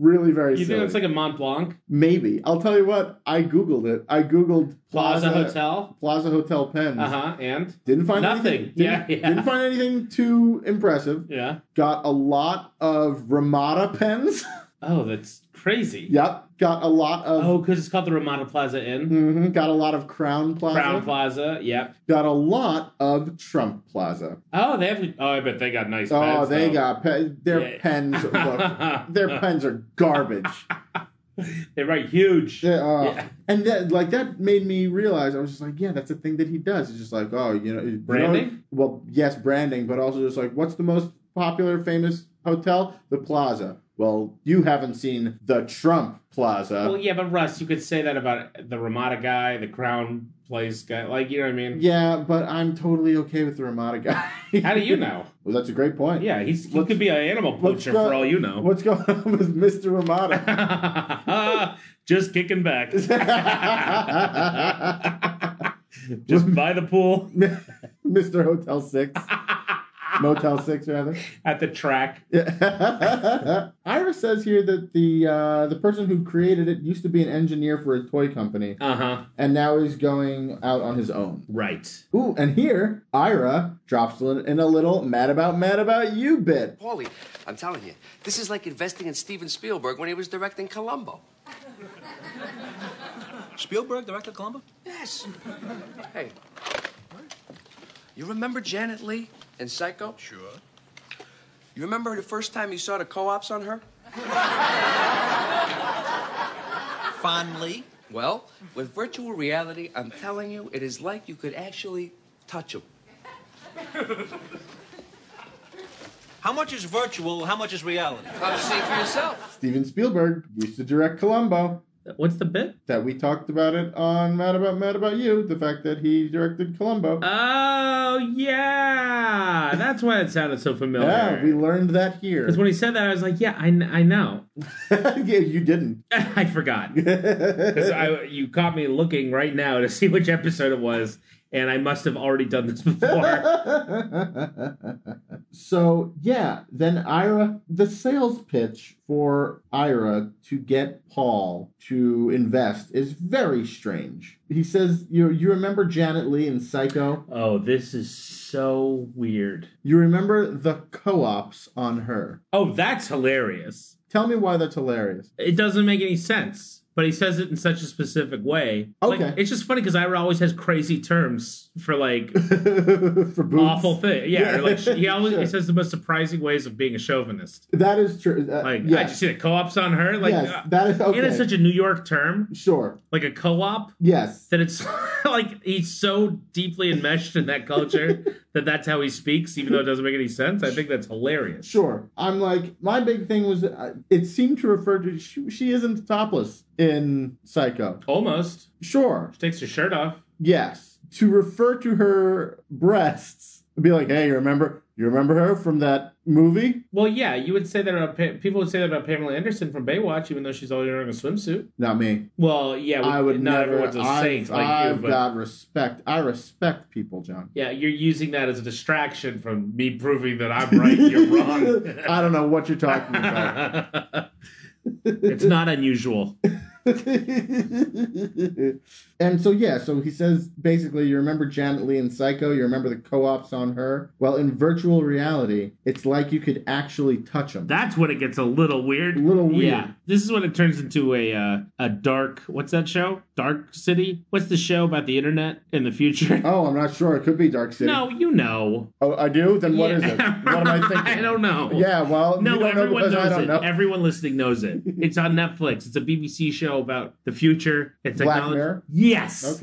Really very
think
silly.
it's like a Mont Blanc
Maybe. I'll tell you what, I Googled it. I Googled
Plaza Hotel?
Plaza Hotel Pens.
Uh huh. And
Didn't find
Nothing.
Anything,
Yeah,
didn't-
yeah.
didn't find anything too impressive.
yeah.
Got a lot of Ramada pens.
Oh, that's crazy.
yep. Got a lot of
Oh, because it's called the Ramada Plaza Inn.
Mhm. got a lot of Crown Plaza.
Crown Plaza, yep.
got a lot of Trump Plaza.
Oh, they have. Oh, I bet they got nice.
Oh,
pens,
they
though.
got pe- their
Yeah.
pens look their pens are garbage.
They write huge.
Yeah, uh,
Yeah.
and that like that made me realize I was just like, yeah, that's a thing that he does. It's just like, oh, you know, you know-
Branding?
well, yes, branding, but also just like, what's the most popular, famous hotel? The Plaza. Well, you haven't seen the Trump Plaza.
Well, yeah, but Russ, you could say that about the Ramada guy, the Crown Place guy. Like, you know what I mean?
yeah, but I'm totally okay with the Ramada guy.
How do you know?
well, that's a great point.
Yeah, he's, he
Let's-
could be an animal
let's
poacher
go-
for all you know.
What's going on with Mr. Ramada?
Just kicking back. Just by the pool.
Mr. Hotel Six. Motel Six, rather.
at the track.
Ira says here that the uh, the person who created it used to be an engineer for a toy company,
Uh
Uh-huh,
huh.
and now he's going out on his own.
Right.
Ooh, and here Ira drops in in a little "mad about mad about you" bit.
Paulie, I'm telling you, this is like investing in Steven Spielberg when he was directing Columbo.
Spielberg directed Columbo?
Yes. Hey, you remember Janet Lee in Psycho? Sure. You remember the first time you saw the co-ops on her?
Fondly.
Well, with virtual reality, I'm telling you, it is like you could actually touch them.
How much is virtual? How much is reality?
Come see for yourself.
Steven Spielberg used to direct Columbo.
What's the bit?
That we talked about it on Mad About Mad About You. The fact that he directed Columbo.
Oh yeah, that's why it sounded so familiar.
yeah, we learned that here.
Because when he said that, I was like, yeah, I, kn- I know.
yeah, you didn't.
I forgot. Because I you caught me looking right now to see which episode it was, and I must have already done this before.
so yeah, then Ira, the sales pitch for Ira to get Paul to invest is very strange. He says, "You you remember Janet Lee in Psycho?
oh, this is so weird.
You remember the co-ops on her?
Oh, that's hilarious.
Tell me why that's hilarious."
It doesn't make any sense. But he says it in such a specific way.
Okay.
Like, it's just funny because Ira always has crazy terms for like
for boots.
awful thing. Yeah,
Yeah.
or, like he always
Sure.
he says the most surprising ways of being a chauvinist.
That is true. Uh,
Like,
yeah.
I just see the co-ops on her. Like,
yes,
uh,
that is okay.
and it's such a New York term,
sure.
like a co-op,
Yes.
that it's like he's so deeply enmeshed in that culture that that's how he speaks, even though it doesn't make any sense. I think that's hilarious.
Sure. I'm like, my big thing was uh, it seemed to refer to she, she isn't topless in Psycho.
Almost
Sure.
she takes her shirt off.
Yes. To refer to her breasts and be like, hey, you remember you remember her from that movie?
Well, yeah, you would say that about pa- people would say that about Pamela Anderson from Baywatch, even though she's always wearing a swimsuit.
Not me.
Well, yeah,
I would
not
never.
everyone's a saint
I've,
like
I've
you, but
got respect. I respect people, John.
yeah, you're using that as a distraction from me proving that I'm right, you're wrong.
I don't know what you're talking about.
it's not unusual.
and so yeah, so he says basically, you remember Janet Lee in Psycho, you remember the co-ops on her. Well, in virtual reality, it's like you could actually touch them.
That's when it gets a little weird.
A little weird.
Yeah, this is when it turns into a uh, a dark. What's that show? Dark City. What's the show about the internet in the future?
oh, I'm not sure. It could be Dark City.
no, you know.
Oh, I do. Then what is
Yeah.
it? What am I thinking?
I don't know.
Yeah. Well,
No,
you Um, don't know
everyone
because
knows
I don't
it.
know.
Everyone listening knows it. It's on Netflix. It's a BBC show about the future and
Black
technology.
Mirror?
Yes.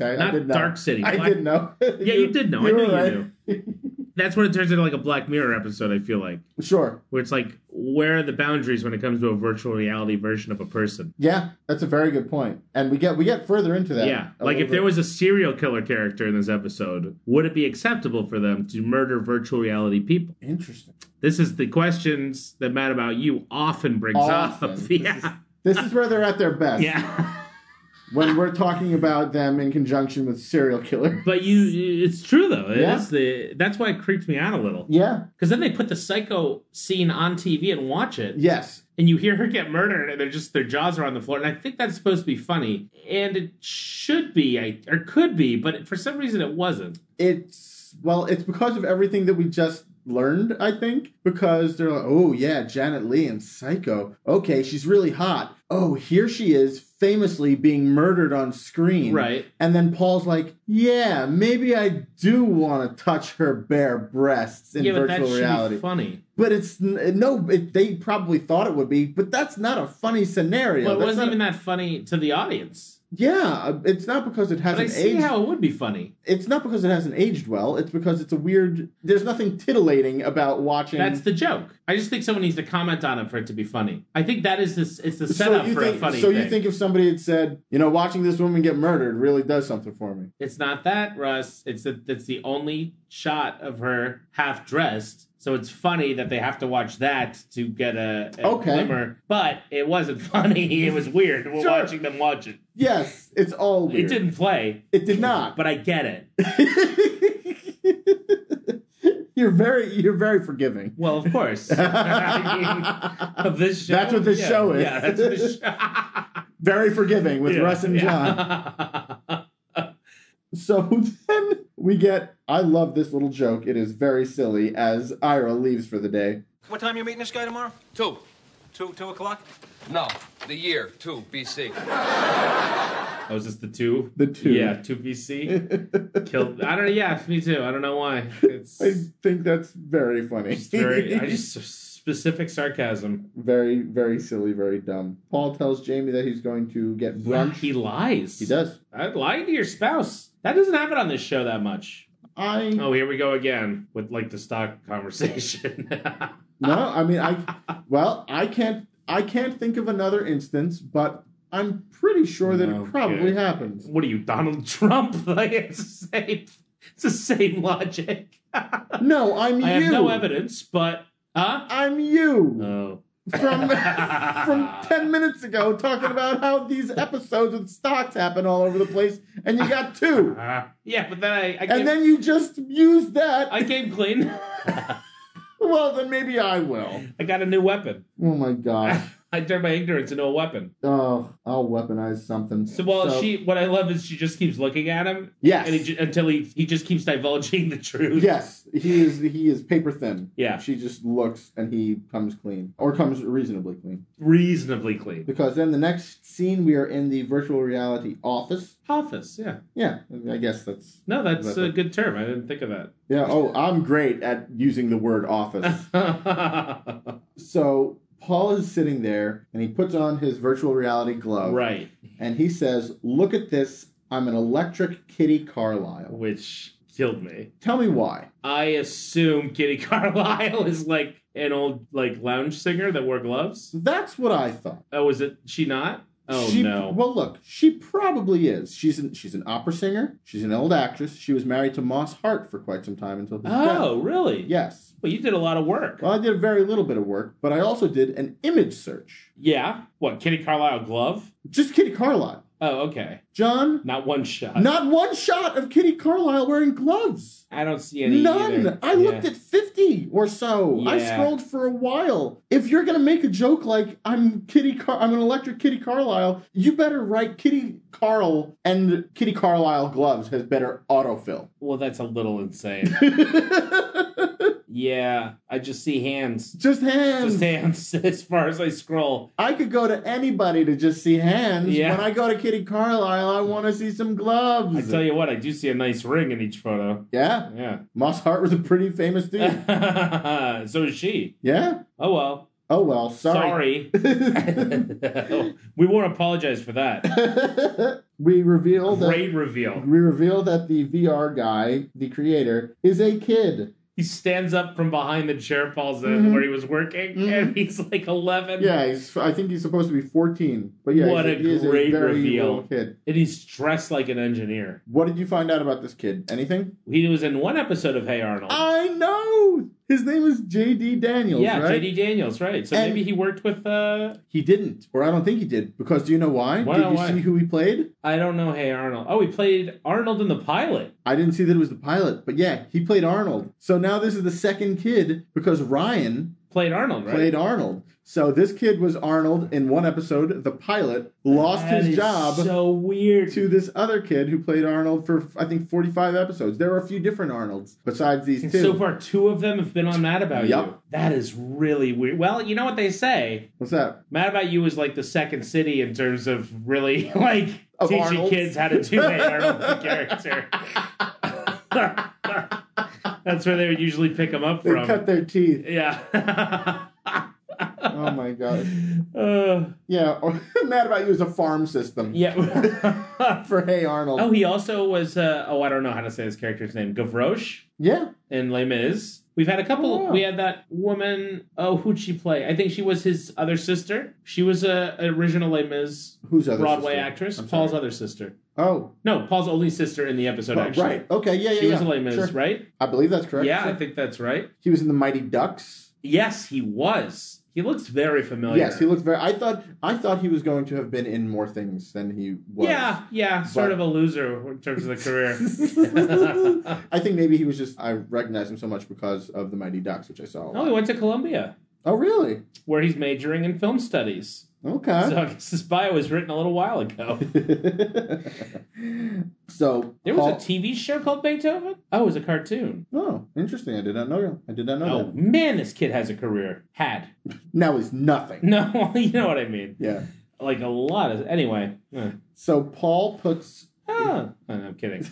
okay,
Not
I did know.
Dark City.
I
Black-
did know.
Yeah, you, did know. I
were
know
right.
you knew. That's when it turns into like a Black Mirror episode. I feel like
Sure.
where it's like, where are the boundaries when it comes to a virtual reality version of a person?
Yeah, that's a very good point. And we get we get further into that.
yeah,
a
like
little
if there
bit.
was a serial killer character in this episode, would it be acceptable for them to murder virtual reality people?
interesting.
This is the questions that Mad About You often brings
Often.
up.
This
Yeah,
This is where they're at their best.
yeah.
when we're talking about them in conjunction with serial killer.
But you, it's true though. It is
Yeah.
the that's why it creeped me out a little.
Yeah.
Because then they put the psycho scene on TV and watch it,
Yes.
and you hear her get murdered, and they're just their jaws are on the floor. And I think that's supposed to be funny, and it should be, I, or could be, but for some reason it wasn't.
It's well, it's because of everything that we just learned, I think. Because they're like, oh yeah, Janet Lee and Psycho. Okay, she's really hot. Oh, here she is, famously being murdered on screen.
Right.
And then Paul's like, yeah, maybe I do want to touch her bare breasts in
yeah, but that
virtual
should
reality.
be funny.
But it's n- no, it, they probably thought it would be, but that's not a funny scenario.
Well, it
That's
wasn't
not-
even that funny to the audience.
Yeah, uh, it's not because it
But I
hasn't
see
aged.
how it would be funny.
it's not because it hasn't aged well. It's because it's a weird. There's nothing titillating about watching.
That's the joke. I just think someone needs to comment on it for it to be funny. I think that is this. It's the setup
you
for
think,
a funny.
So
thing.
you think if somebody had said, you know, watching this woman get murdered really does something for me?
It's not that, Russ. It's that that's the only shot of her half dressed. So it's funny that they have to watch that to get a, a
Okay.
glimmer. But it wasn't funny. It was weird. We're
Sure.
watching them watch it.
Yes, it's all weird.
It didn't play,
It did not.
but I get it.
You're very you're very forgiving.
Well, of course. I mean, of this show.
That's what this
yeah.
show is.
Yeah, that's this show.
Very forgiving with
Yeah,
Russ and John. So then we get I love this little joke. It is very silly as Ira leaves for the day.
What time you meeting this guy tomorrow?
Two.
Two, two o'clock?
No, the year two BC.
Oh, is this the two?
The two.
Yeah, two BC. Killed. I don't know. Yeah, me too. I don't know why. It's
I think that's very funny.
just very. I just specific sarcasm.
very, very silly, very dumb. Paul tells Jamie that he's going to get brunch.
He lies.
He does.
I lied to your spouse. That doesn't happen on this show that much.
I
Oh, here we go again with like the stock conversation.
no, I mean I well, I can't I can't think of another instance, but I'm pretty sure that
Okay.
it probably happens.
what are you, Donald Trump? Like it's the same. It's the same logic. I
No, I'm you.
have no evidence, but huh?
I'm you.
Oh.
from from 10 minutes ago talking about how these episodes with stocks happen all over the place and you got two
Ah. yeah, but then I, I came,
and then you just used that
I came clean.
well then maybe i will
I got a new weapon.
oh my gosh
I turned my ignorance into a weapon.
oh i'll weaponize something
So, well, she. What I love is she just keeps looking at him.
Yes.
And he, ju- until he he just keeps divulging the truth.
yes he is he is paper thin
Yeah.
she just looks and he comes clean or comes reasonably clean
Reasonably clean.
because then the next scene we are in the virtual reality office
Office. Yeah.
yeah i guess that's
No, that's
Weapon.
a good term. I didn't think of that.
yeah oh i'm great at using the word office So Paul is sitting there and he puts on his virtual reality glove.
right.
And he says, Look at this. I'm an electric Kitty Carlisle.
Which killed me.
Tell me why.
I assume Kitty Carlisle is like an old like lounge singer that wore gloves.
That's what I thought.
Oh, is it she not? Oh
She-
no.
Well, look, she probably is. She's an, she's an opera singer. She's an old actress. She was married to Moss Hart for quite some time until his death.
oh, really?
Yes.
Well, you did a lot of work.
Well, I did very little bit of work, but I also did an image search.
Yeah. What, Kitty Carlisle glove?
Just Kitty Carlisle.
Oh, okay.
John,
Not one shot.
not one shot of Kitty Carlisle wearing gloves.
I don't see any.
None.
either.
I looked at 50 or so. I
Yeah.
scrolled for a while. If you're going to make a joke like I'm Kitty Car I'm an electric Kitty Carlisle, you better write Kitty Carl and Kitty Carlisle gloves has better autofill.
Well, that's a little insane. yeah, I just see hands.
just hands.
Just hands as far as I scroll.
I could go to anybody to just see hands.
Yeah.
When I go to Kitty Carlisle, I want to see some
I
gloves.
tell you what, I do see a nice ring in each photo.
yeah.
Yeah.
Moss Hart was a pretty famous dude.
so is she.
yeah.
Oh well.
Oh well, sorry.
Sorry. we won't apologize for that.
we reveal that
Great reveal.
we reveal that the VR guy, the creator, is a kid.
He stands up from behind the chair falls in where he was working, and he's like eleven.
Mm-hmm. Yeah, he's, I think he's supposed to be 14. But yeah,
What
he's,
a
he is
great
a very
reveal.
little kid.
And he's dressed like an engineer.
What did you find out about this kid? Anything?
He was in one episode of Hey Arnold.
I know! His name is J.D. Daniels,
yeah,
right?
JD Daniels, right. So
And-
maybe he worked with uh
He didn't. Or I don't think he did. Because do you know why?
Why
did
not
you
why?
see who he played?
I don't know Hey Arnold. Oh, he played Arnold in the pilot.
I didn't see that it was the pilot. But yeah, he played Arnold. So now this is the second kid because Ryan
Played Arnold, right?
played Arnold. So this kid was Arnold in one episode, the pilot, lost
That
his
is
job.
So weird.
to this other kid who played Arnold for I think 45 episodes. There were a few different Arnolds besides these
And
two.
so far, two of them have been on Mad About
Yup.
You. That is really weird. Well, you know what they say.
What's that?
Mad About You is like the second city in terms of really like
Of
teaching
Arnolds.
kids how to do Hey Arnold the character. That's where they would usually pick him up
They
from.
cut their teeth.
yeah.
Oh my god.
Uh,
Yeah, or, Mad About You is a farm system
yeah.
for Hey Arnold.
Oh, he also was. Uh, oh, I don't know how to say his character's name. Gavroche
Yeah.
in Les Mis. We've had a couple.
Oh.
We had that woman. Oh, who'd she play? I think she was his other sister. She was a a original Les Mis
Who's other
Broadway
sister?
actress.
I'm
Paul's
sorry.
other sister.
Oh,
No, Paul's only sister in the episode.
oh,
actually,
right. Okay, yeah, yeah,
She
yeah.
was a Les Mis,
Sure.
right?
I believe that's correct.
yeah,
Sure.
I think that's right.
He was in The Mighty Ducks.
Yes, he was. He looks very familiar.
Yes, he looked very. I thought I thought he was going to have been in more things than he was.
Yeah, yeah, sort
But-
of a loser in terms of the career.
I think maybe he was just. I recognize him so much because of the Mighty Ducks, which I saw. a
oh,
lot.
he went to Columbia,
Oh, really?
where he's majoring in film studies.
Okay.
So I guess this bio was written a little while ago.
so
There was
Paul-
a TV show called Beethoven. Oh, it was a cartoon.
Oh, interesting. I did not know. I did not know
Oh
that.
man, this kid has a career. Had
Now he's nothing.
no, you know what I mean.
Yeah.
Like a lot of anyway. eh.
So Paul puts
Ah, no, I'm kidding.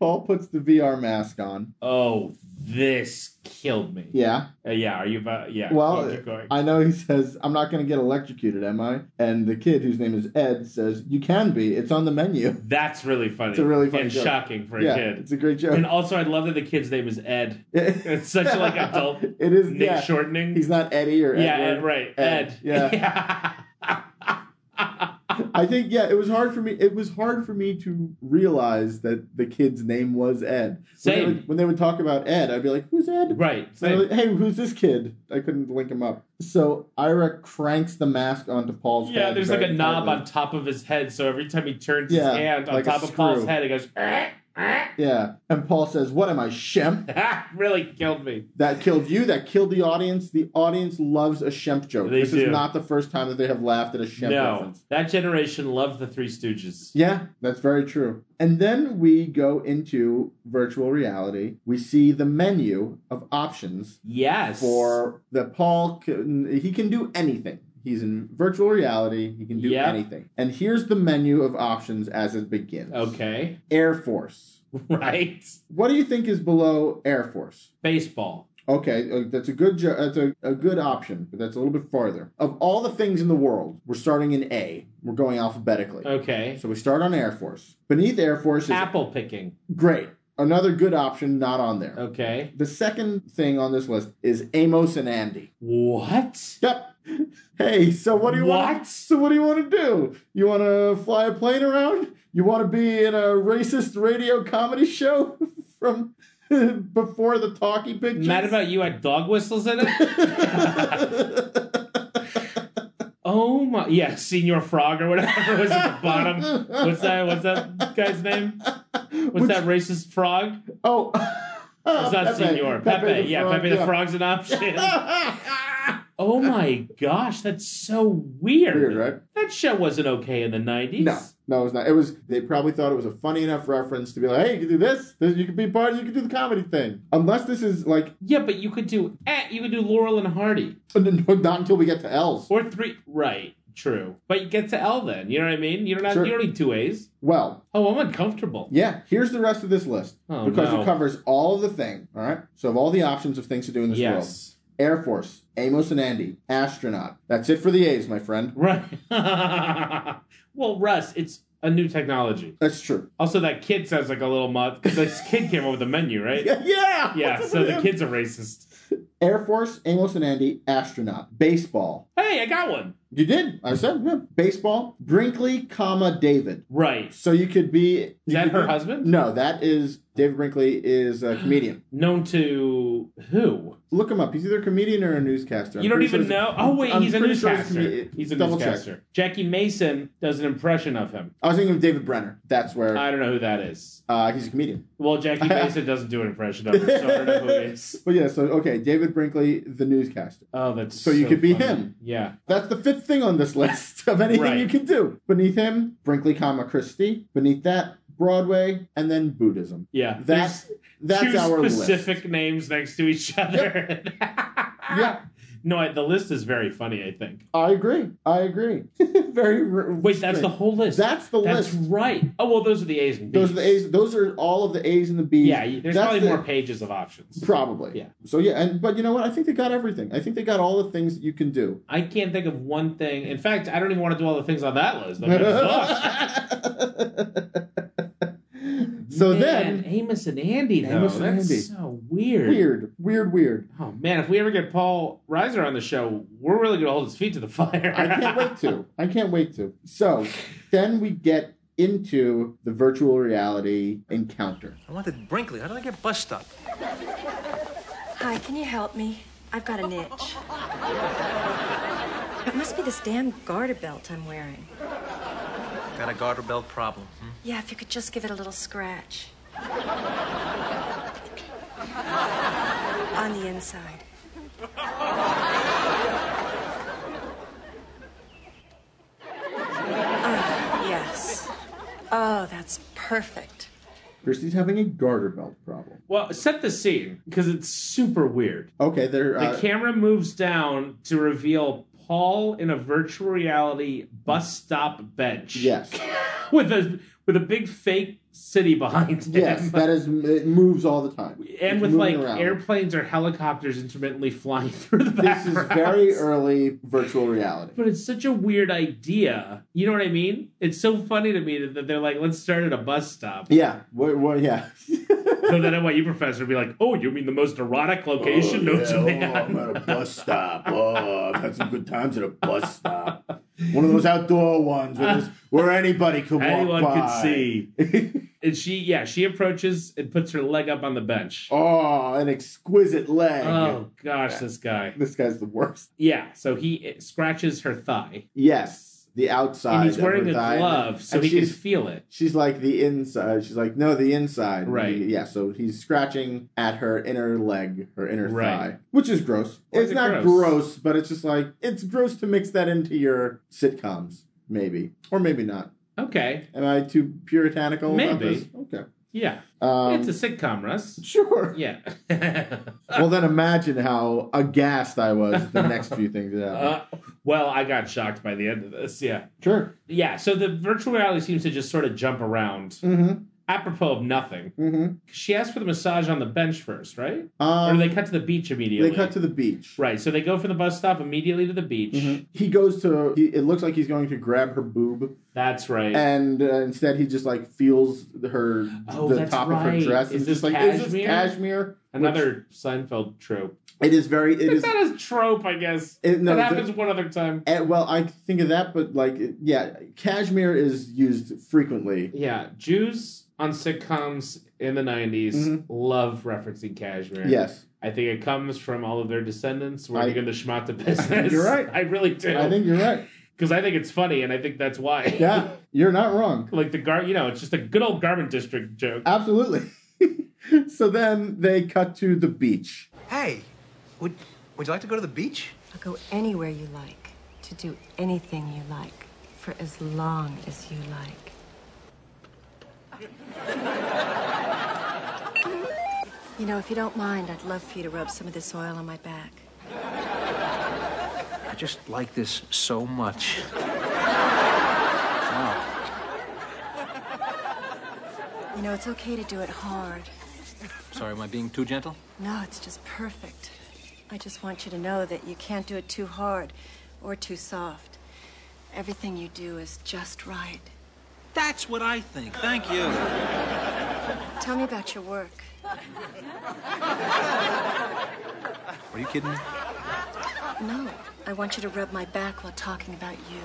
Paul puts the VR mask on.
Oh, this killed me.
Yeah.
Uh, yeah, are you about? Yeah.
Well,
oh, keep going.
I know he says, I'm not going to get electrocuted, am I? And the kid, whose name is Ed, says, You can be. It's on the menu.
that's really funny.
It's a really funny
and
joke.
shocking for a
yeah.
kid.
It's a great joke.
And also, I love that the kid's name is Ed. It's such like adult
It is.
name
yeah.
shortening.
He's not Eddie or
yeah,
Edward.
Ed, right.
Ed.
Ed.
Yeah. I think yeah, it was hard for me. It was hard for me to realize that the kid's name was Ed. When they
Same.
would, when they would talk about Ed, I'd be like, "Who's Ed?" And
right.
I'd
Same.
be like, hey, who's this kid? I couldn't link him up. So Ira cranks the mask onto Paul's head.
Yeah, there's like a
very
knob
tightly.
on top of his head, so every time he turns
Yeah,
his hand on
like a
top of Paul's
screw.
head, it goes. "Eh, eh."
Yeah, and Paul says, "What am I, Shemp?"
really killed me.
That killed you. That killed the audience. The audience loves a Shemp joke.
They
this
do.
is not the first time that they have laughed at a Shemp
no,
reference.
that generation loved the Three Stooges.
Yeah, that's very true. And then we go into virtual reality. We see the menu of options
Yes.
for that Paul can, he can do anything. He's in virtual reality, he can do
Yep.
anything. And here's the menu of options as it begins.
okay,
Air Force.
right?
What do you think is below Air Force?
Baseball.
Okay, uh, that's a good jo- that's a, a good option, but that's a little bit farther. Of all the things in the world, we're starting in A. We're going alphabetically.
Okay.
So we start on Air Force. Beneath Air Force is
Apple picking.
Great. Another good option not on there.
Okay.
The second thing on this list is Amos and Andy.
What?
Yep. Hey, so what do you want?
What?
So what do you want to do? You want to fly a plane around? You want to be in a racist radio comedy show from before the talkie pictures?
Mad about you had dog whistles in it. oh my! Yeah, Senior Frog or whatever was at the bottom. What's that? What's that guy's name? What's
Which-
that racist frog?
Oh,
It's not Senor. Pepe.
the
yeah,
Frog,
Pepe the
yeah.
Frog's an option. oh my gosh, that's so weird.
Weird, right?
That show wasn't okay in the 90s.
No, no, it was not. It was. They probably thought it was a funny enough reference to be like, "Hey, you can do this. this you can be part. You can do the comedy thing." Unless this is like,
Yeah, but you could do eh, you could do Laurel and Hardy.
not until we get to L's.
Or three right, true. But you get to L then. You know what I mean? You don't have
Sure.
you don't need two A's.
Well,
Oh, I'm uncomfortable.
yeah. Here's the rest of this list
Oh,
because
no.
it covers all of the thing. All right. So of all the options of things to do in this
yes.
world, Air Force, Amos and Andy, astronaut. That's it for the A's, my friend.
Right. well, Russ, it's a new technology.
That's true.
Also, that kid sounds like a little mutt because this kid came up with the menu, right?
Yeah. Yeah.
Yeah,
What's up
so
with
the
him?
kid's a racist.
Air Force, Amos and Andy, astronaut, baseball.
Hey, I got one.
You did. I said yeah. baseball. Brinkley, comma David.
Right.
So you could be.
Is
you
that
could
her
be-
husband?
No, that is David Brinkley is a comedian.
Known to who?
Look him up. He's either a comedian or a newscaster. I'm
you don't
pretty sure
even
he's-
know. Oh wait,
I'm
he's a
pretty sure
newscaster.
comedian.
he's a
Double check.
newscaster. Jackie Mason does an impression of him.
I was thinking of David Brenner. That's where
I don't know who that is.
uh, he's a comedian.
Well, Jackie Mason doesn't do an impression of him, so I don't know who it is.
But yeah, so okay, David Brinkley, the newscaster.
Oh, that's
So you could be
funny.
him.
Yeah.
That's the fifth thing on this list of anything
Right.
you can do. Beneath him, Brinkley, comma Christie. Beneath that, Broadway, and then Buddhism.
Yeah.
That's that's
two
our
specific names next to each other.
list. Yeah,
No, I, the list is very funny. I think.
I agree. I agree. Very. r-
Wait, that's the
strange.
whole list.
That's the
That's
list.
right. Oh well, those are the A's and B's.
Those are the A's. Those are all of the A's and the B's.
Yeah, there's
That's
probably
the-
more pages of options.
Probably.
Yeah.
So yeah, and but you know what? I think they got everything. I think they got all the things that you can do.
I can't think of one thing. In fact, I don't even want to do all the things on that list. I'm like, fuck.
so
Man,
then,
Amos and Andy, though.
Amos and
That's
Andy.
so weird.
weird, weird, weird.
Oh man, if we ever get Paul Reiser on the show, we're really gonna hold his feet to the fire.
I can't wait to. I can't wait to. So then we get into the virtual reality encounter.
I wanted Brinkley. How did I get bus stop?
Hi, can you help me? I've got an itch. It must be this damn garter belt I'm wearing.
Got a garter belt problem.
Yeah, if you could just give it a little scratch. On the inside. Ah, yes. Oh, that's perfect.
Christie's having a garter belt problem.
Well, set the scene because it's super weird.
Okay, they're
The
uh,
camera moves down to reveal Paul in a virtual reality bus stop bench.
yes,
with a with a big fake city behind him.
yes. That is it moves all the time
and
It's
with
moving
like
around.
airplanes or helicopters intermittently flying through the
This is
background.
very early virtual reality.
But it's such a weird idea. You know what I mean? It's so funny to me that, that they're like, let's start at a bus stop.
Yeah, what, what, yeah.
so then NYU professor would be like, oh, you mean the most erotic
Oh,
location known to man?
at a bus stop. Oh, I've had some good times at a bus stop. One of those outdoor ones where, there's- where anybody could
Anyone could see. and she, yeah, she approaches and puts her leg up on the bench. Oh,
Oh, an exquisite leg.
gosh, this guy.
This guy's the worst.
Yeah, so he scratches her thigh.
Yes, the outside.
And he's
of
wearing
her
a
thigh.
glove so
And
he can
she's-
feel it.
She's like the inside. She's like, no, the inside.
Right.
yeah, so he's scratching at her inner leg, her inner
Right.
thigh, which is gross.
Why is
it's
it
not gross?
gross?
but it's just like, it's gross to mix that into your sitcoms, maybe. Or maybe not.
Okay,
Am I too puritanical about
Maybe.
this? Okay.
yeah.
Um,
it's a sitcom, Russ.
sure.
Yeah.
Well, then imagine how aghast I was the next few things that happened.
uh, well, I got shocked by the end of this. Yeah.
sure.
Yeah. So the virtual reality seems to just sort of jump around
Mm-hmm.
apropos of nothing.
Mm-hmm.
She asked for the massage on the bench first, right?
Um,
or they cut to the beach immediately.
they cut to the beach.
Right. So they go from the bus stop immediately to the beach.
He goes to. He, it looks like he's going to grab her boob,
That's right.
and uh, instead he just like feels her
Oh,
the
that's
top of her
right.
dress.
Is
It's just
this
like is this
cashmere?
cashmere?
Another Seinfeld trope.
Which- it is very. It
It's
is.
not a trope, I guess.
It, no,
that
the-
happens one other time.
eh, well, I think of that, but like, it- yeah, cashmere is used frequently.
Yeah. Jews on sitcoms in the 90s
Mhm.
love referencing cashmere.
Yes,
I think it comes from all of their descendants. We're
I-
going to schmata business.
You're right.
I really do.
I think you're right.
because I think it's funny, and I think that's why.
Yeah, you're not wrong.
like the gar, you know, it's just a good old garment district joke.
Ah. Absolutely. so then they cut to the beach.
Hey, would would you like to go to the beach?
I'll go anywhere you like, to do anything you like, for as long as you like. You know, if you don't mind, I'd love for you to rub some of this oil on my back.
I just like this so much.
You know, it's okay to do it hard.
Sorry, am I being too gentle?
No, it's just perfect. I just want you to know that you can't do it too hard or too soft. Everything you do is just right.
That's what I think. Thank you.
Tell me about your work.
Are you kidding me?
No, I want you to rub my back while talking about you.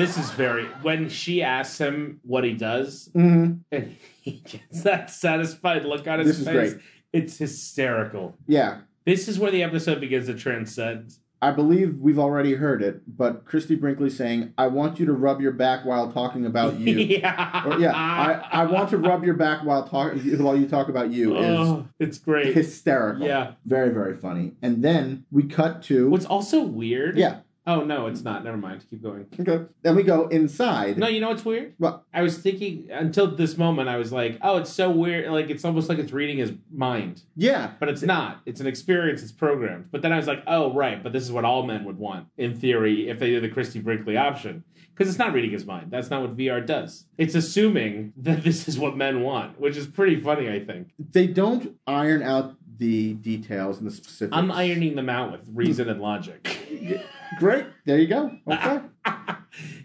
This is very when she asks him what he does, and he gets that satisfied look on his
Mm-hmm. This is
face.
great.
It's hysterical.
Yeah,
This is where the episode begins to transcend.
I believe we've already heard it, but Christy Brinkley saying, "I want you to rub your back while talking about you."
yeah,
Or, yeah, I, I want to rub your back while talk while you talk about you is
Oh, it's great.
hysterical.
Yeah.
very very funny. And then we cut to
What's also weird?
yeah.
Oh no, it's not. Never mind. Keep going.
Okay. Then we go inside.
No, you know what's weird?
What?
I was thinking until this moment, I was like, oh, it's so weird. Like, it's almost like it's reading his mind,
Yeah,
but it's not. It's an experience, it's programmed. But then I was like, oh, right, but this is what all men would want, in theory, if they did the Christie Brinkley option. Because it's not reading his mind. That's not what VR does. It's assuming that this is what men want, which is pretty funny, I think.
they don't iron out the details and the specifics.
I'm ironing them out with reason and logic.
Great. There you go. Okay.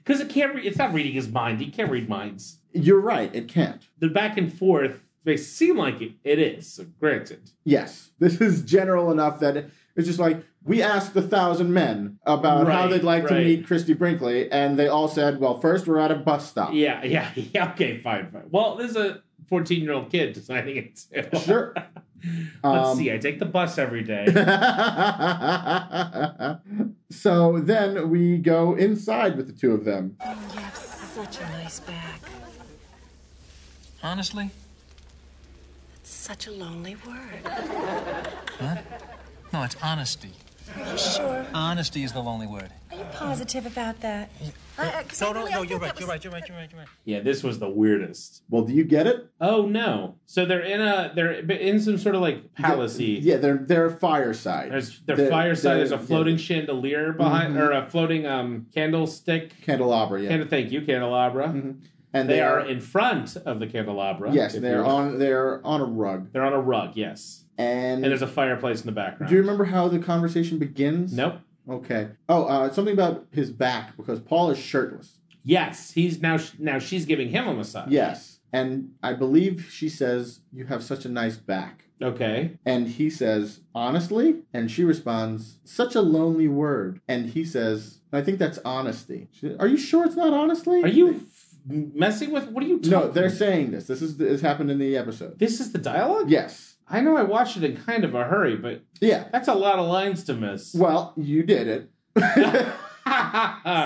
Because it can't re- it's not reading his mind. He can't read minds.
You're right. It can't.
The back and forth, they seem like it, it is, granted.
Yes. This is general enough that it's just like we asked a thousand men about how
Right,
they'd like to
right.
meet Christy Brinkley, and they all said, Well, first we're at a bus stop.
Yeah, yeah, yeah. Okay, fine, fine. Well, this is a 14 year old kid designing it too.
Sure. um,
Let's see. I take the bus every day.
so then we go inside with the two of them.
Oh, you have such a nice back.
Honestly?
It's such a lonely word.
No, it's honesty.
Are you sure?
Honesty is the lonely word.
Are you positive about that? I, I, 'cause I
No, no,
really-
no,
I
you're
thought
right,
that
you're
was-
right, you're right, you're right, you're right.
yeah, this was the weirdest.
Well, do you get it?
Oh no! So they're in a they're in some sort of like palacey.
Yeah, they're they're fireside.
There's their
They're-
fireside.
they're-
There's a floating
yeah,
chandelier behind, or a floating um candlestick.
candelabra. Yeah,
Can thank you, candelabra.
and
They are in front of the candelabra.
yes,
if
they're
you're-
on they're on a rug.
They're on a rug. Yes,
And,
and there's a fireplace in the background.
do you remember how the conversation begins?
Nope.
Okay. Oh, uh, something about his back because Paul is shirtless.
Yes, he's now now she's giving him a massage.
Yes, and I believe she says you have such a nice back.
Okay.
And he says, honestly? And she responds, such a lonely word. And he says, I think that's honesty. She- are you sure it's not honestly?
Are you f- messing with? What are you? Talking
No, they're saying this. This is this happened in the episode.
This is the dialogue.
Yes.
I know. I watched it in kind of a hurry, but
Yeah.
that's a lot of lines to miss.
Well, you did it.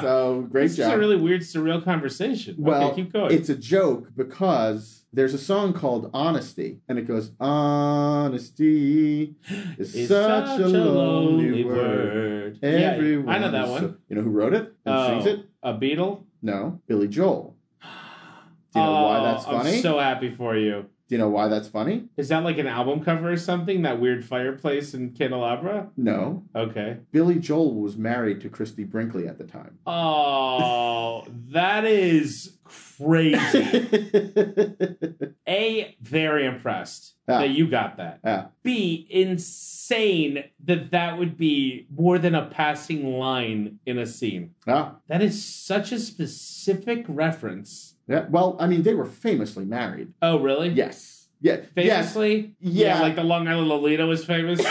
so great
this
job.
is a really weird, surreal conversation.
well,
okay, keep going.
it's a joke because there's a song called Honesty, and it goes, Honesty is
It's
such, a lonely, word.
Yeah,
Everyone.
I know that
is
one.
so- you know who wrote it and
Oh,
sings it?
A Beatle.
No, Billy Joel. Do you know why
Oh,
that's funny?
I'm so happy for you.
Do you know why that's funny?
Is that like an album cover or something? That weird fireplace and candelabra?
No.
Okay.
Billy Joel was married to Christy Brinkley at the time.
Oh, that is crazy. A, very impressed
Yeah.
that you got that.
Yeah.
B, insane that that would be more than a passing line in a scene.
Ah,
That is such a specific reference.
yeah. Well, I mean, they were famously married.
Oh, really?
Yes. Yeah. Yes.
Famously?
Yeah.
Like the Long Island Lolita was famous?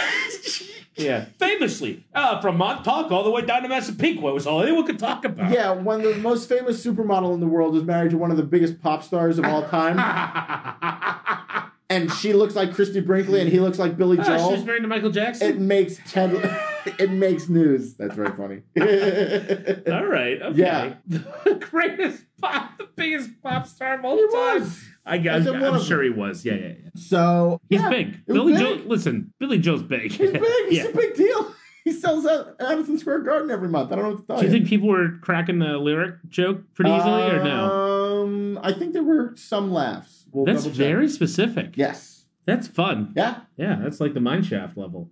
yeah. Famously. Uh, from Montauk all the way down to Massapequa was all anyone could talk about.
Yeah, one of the most famous supermodel in the world is married to one of the biggest pop stars of all time.
ah,
and she looks like Christy Brinkley and he looks like Billy
she was
Joel.
married to Michael
It
Jackson?
makes head it makes news. That's very funny.
all right. Okay.
Yeah.
the greatest pop, the biggest pop star of all time.
was.
I
I
guess.
said one
I'm
of
sure he was. Yeah, yeah, yeah.
so
He's
yeah,
big.
it was
Billy
big.
Joel. Listen, Billy Joel's big.
He's big. He's
yeah.
a big deal. He sells out Madison Square Garden every month. I don't know what to tell
Do you
you.
think people were cracking the lyric joke pretty easily or no?
Um, I think there were some laughs. We'll
That's
double check.
very specific.
yes.
That's fun.
Yeah.
Yeah, that's like the mineshaft level.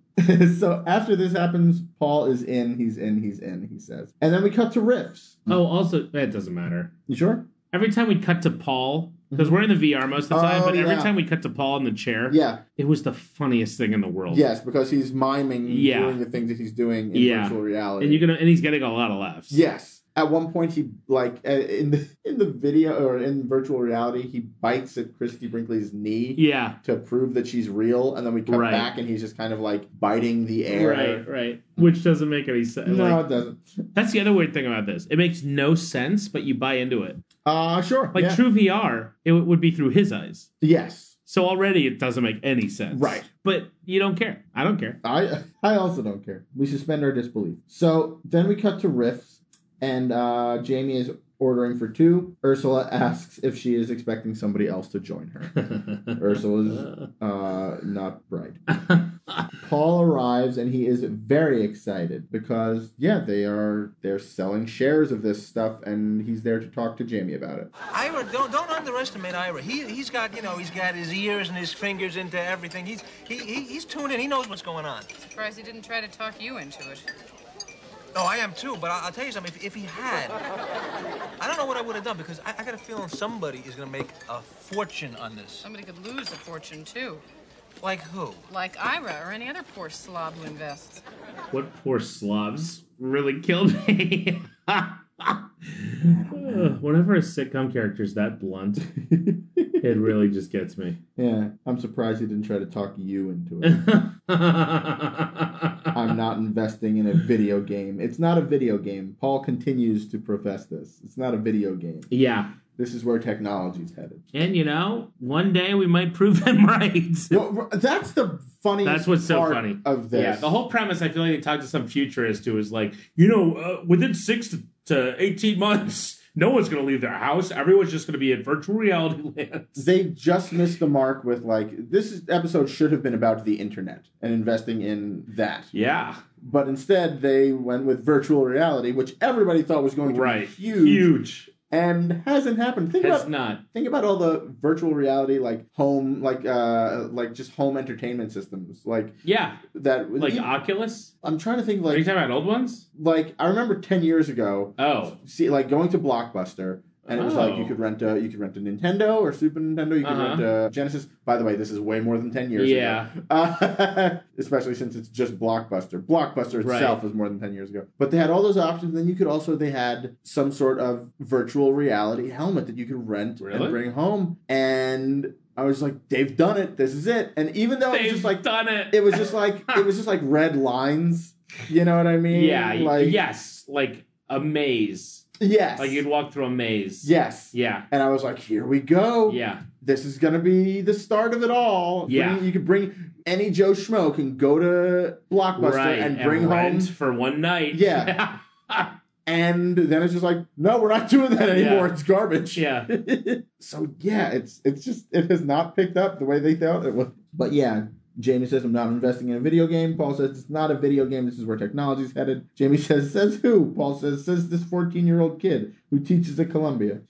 so after this happens, Paul is in. He's in. He's in. He says, and then we cut to riffs.
Oh, also, that doesn't matter.
You sure?
Every time we cut to Paul, because we're in the VR most of the time,
Oh,
but every
yeah.
time we cut to Paul in the chair,
Yeah.
it was the funniest thing in the world.
Yes, because he's miming
Yeah.
doing the things that he's doing in
Yeah.
virtual reality.
And you're gonna, and he's getting a lot of laughs.
Yes. At one point, he like uh, in the in the video or in virtual reality, he bites at Christy Brinkley's knee
Yeah.
to prove that she's real, and then we come
Right.
back and he's just kind of like biting the air.
Right, right. Which doesn't make any sense.
No,
Like,
it doesn't.
that's the other weird thing about this. It makes no sense, but you buy into it.
Uh sure.
Like
yeah.
true VR, it would be through his eyes.
Yes.
So already it doesn't make any sense.
Right.
But you don't care. I don't care.
I I also don't care. We suspend our disbelief. So then we cut to riffs, and uh, Jamie is ordering for two. Ursula asks if she is expecting somebody else to join her. Ursula's uh, not bright. Paul arrives and he is very excited because yeah, they are they're selling shares of this stuff, and he's there to talk to Jamie about it.
Ira, don't don't underestimate Ira. He he's got you know he's got his ears and his fingers into everything. He's he, he he's tuned in. He knows what's going on.
Surprised he didn't try to talk you into it.
No, Oh, I am too. But I, I'll tell you something. If, if he had, I don't know what I would have done because I, I got a feeling somebody is gonna make a fortune on this.
Somebody could lose a fortune too,
Like who?
like Ira or any other poor slob who invests.
What poor slobs really killed me. Ugh, Whenever a sitcom character is that blunt, it really just gets me.
Yeah, I'm surprised he didn't try to talk you into it. I'm not investing in a video game. It's not a video game. Paul continues to profess this. It's not a video game.
yeah.
this is where technology's headed.
And you know, one day we might prove them right.
No, that's the funny.
That's what's so funny
of this.
Yeah, the whole premise. I feel like they talked to some futurist who was like, you know, uh, within six to, to eighteen months, no one's going to leave their house. Everyone's just going to be in virtual reality land.
they just missed the mark with like this is- episode should have been about the internet and investing in that.
Yeah,
But instead, they went with virtual reality, which everybody thought was going to
right.
be huge,
huge.
and hasn't happened. Think
Has
about
not.
think about all the virtual reality, like home, like uh, like just home entertainment systems, like
Yeah,
that.
like Oculus.
I'm trying to think,
Are you
like
talking about old ones?
like I remember ten years ago,
Oh,
see like going to Blockbuster and it was like you
Oh.
could rent a you could rent a Nintendo or Super Nintendo, you could
Uh-huh.
rent a Genesis. By the way, this is way more than ten years
yeah.
ago. Uh, especially since it's just Blockbuster. Blockbuster
Right.
itself was more than ten years ago. But they had all those options. Then you could also they had some sort of virtual reality helmet that you could rent
Really?
and bring home. And I was like, they've done it. This is it. And even though it was
They've
just like
done it.
it was just like it was just like red lines. You know what I mean?
yeah,
Like
yes, like a maze.
Yes.
Like you'd walk through a maze.
yes.
yeah,
And I was like, here we go.
yeah.
This is going to be the start of it all.
Yeah.
Bring- you could bring any Joe Schmo can go to Blockbuster
right,
and bring
rent
home.
for one night.
Yeah. And then it's just like, no, we're not doing that anymore.
Yeah.
It's garbage.
yeah.
So yeah, it's it's just it has not picked up the way they thought it would. But yeah, Jamie says I'm not investing in a video game. Paul says it's not a video game. This is where technology's headed. Jamie says says who? Paul says says this 14 year old kid who teaches at Columbia.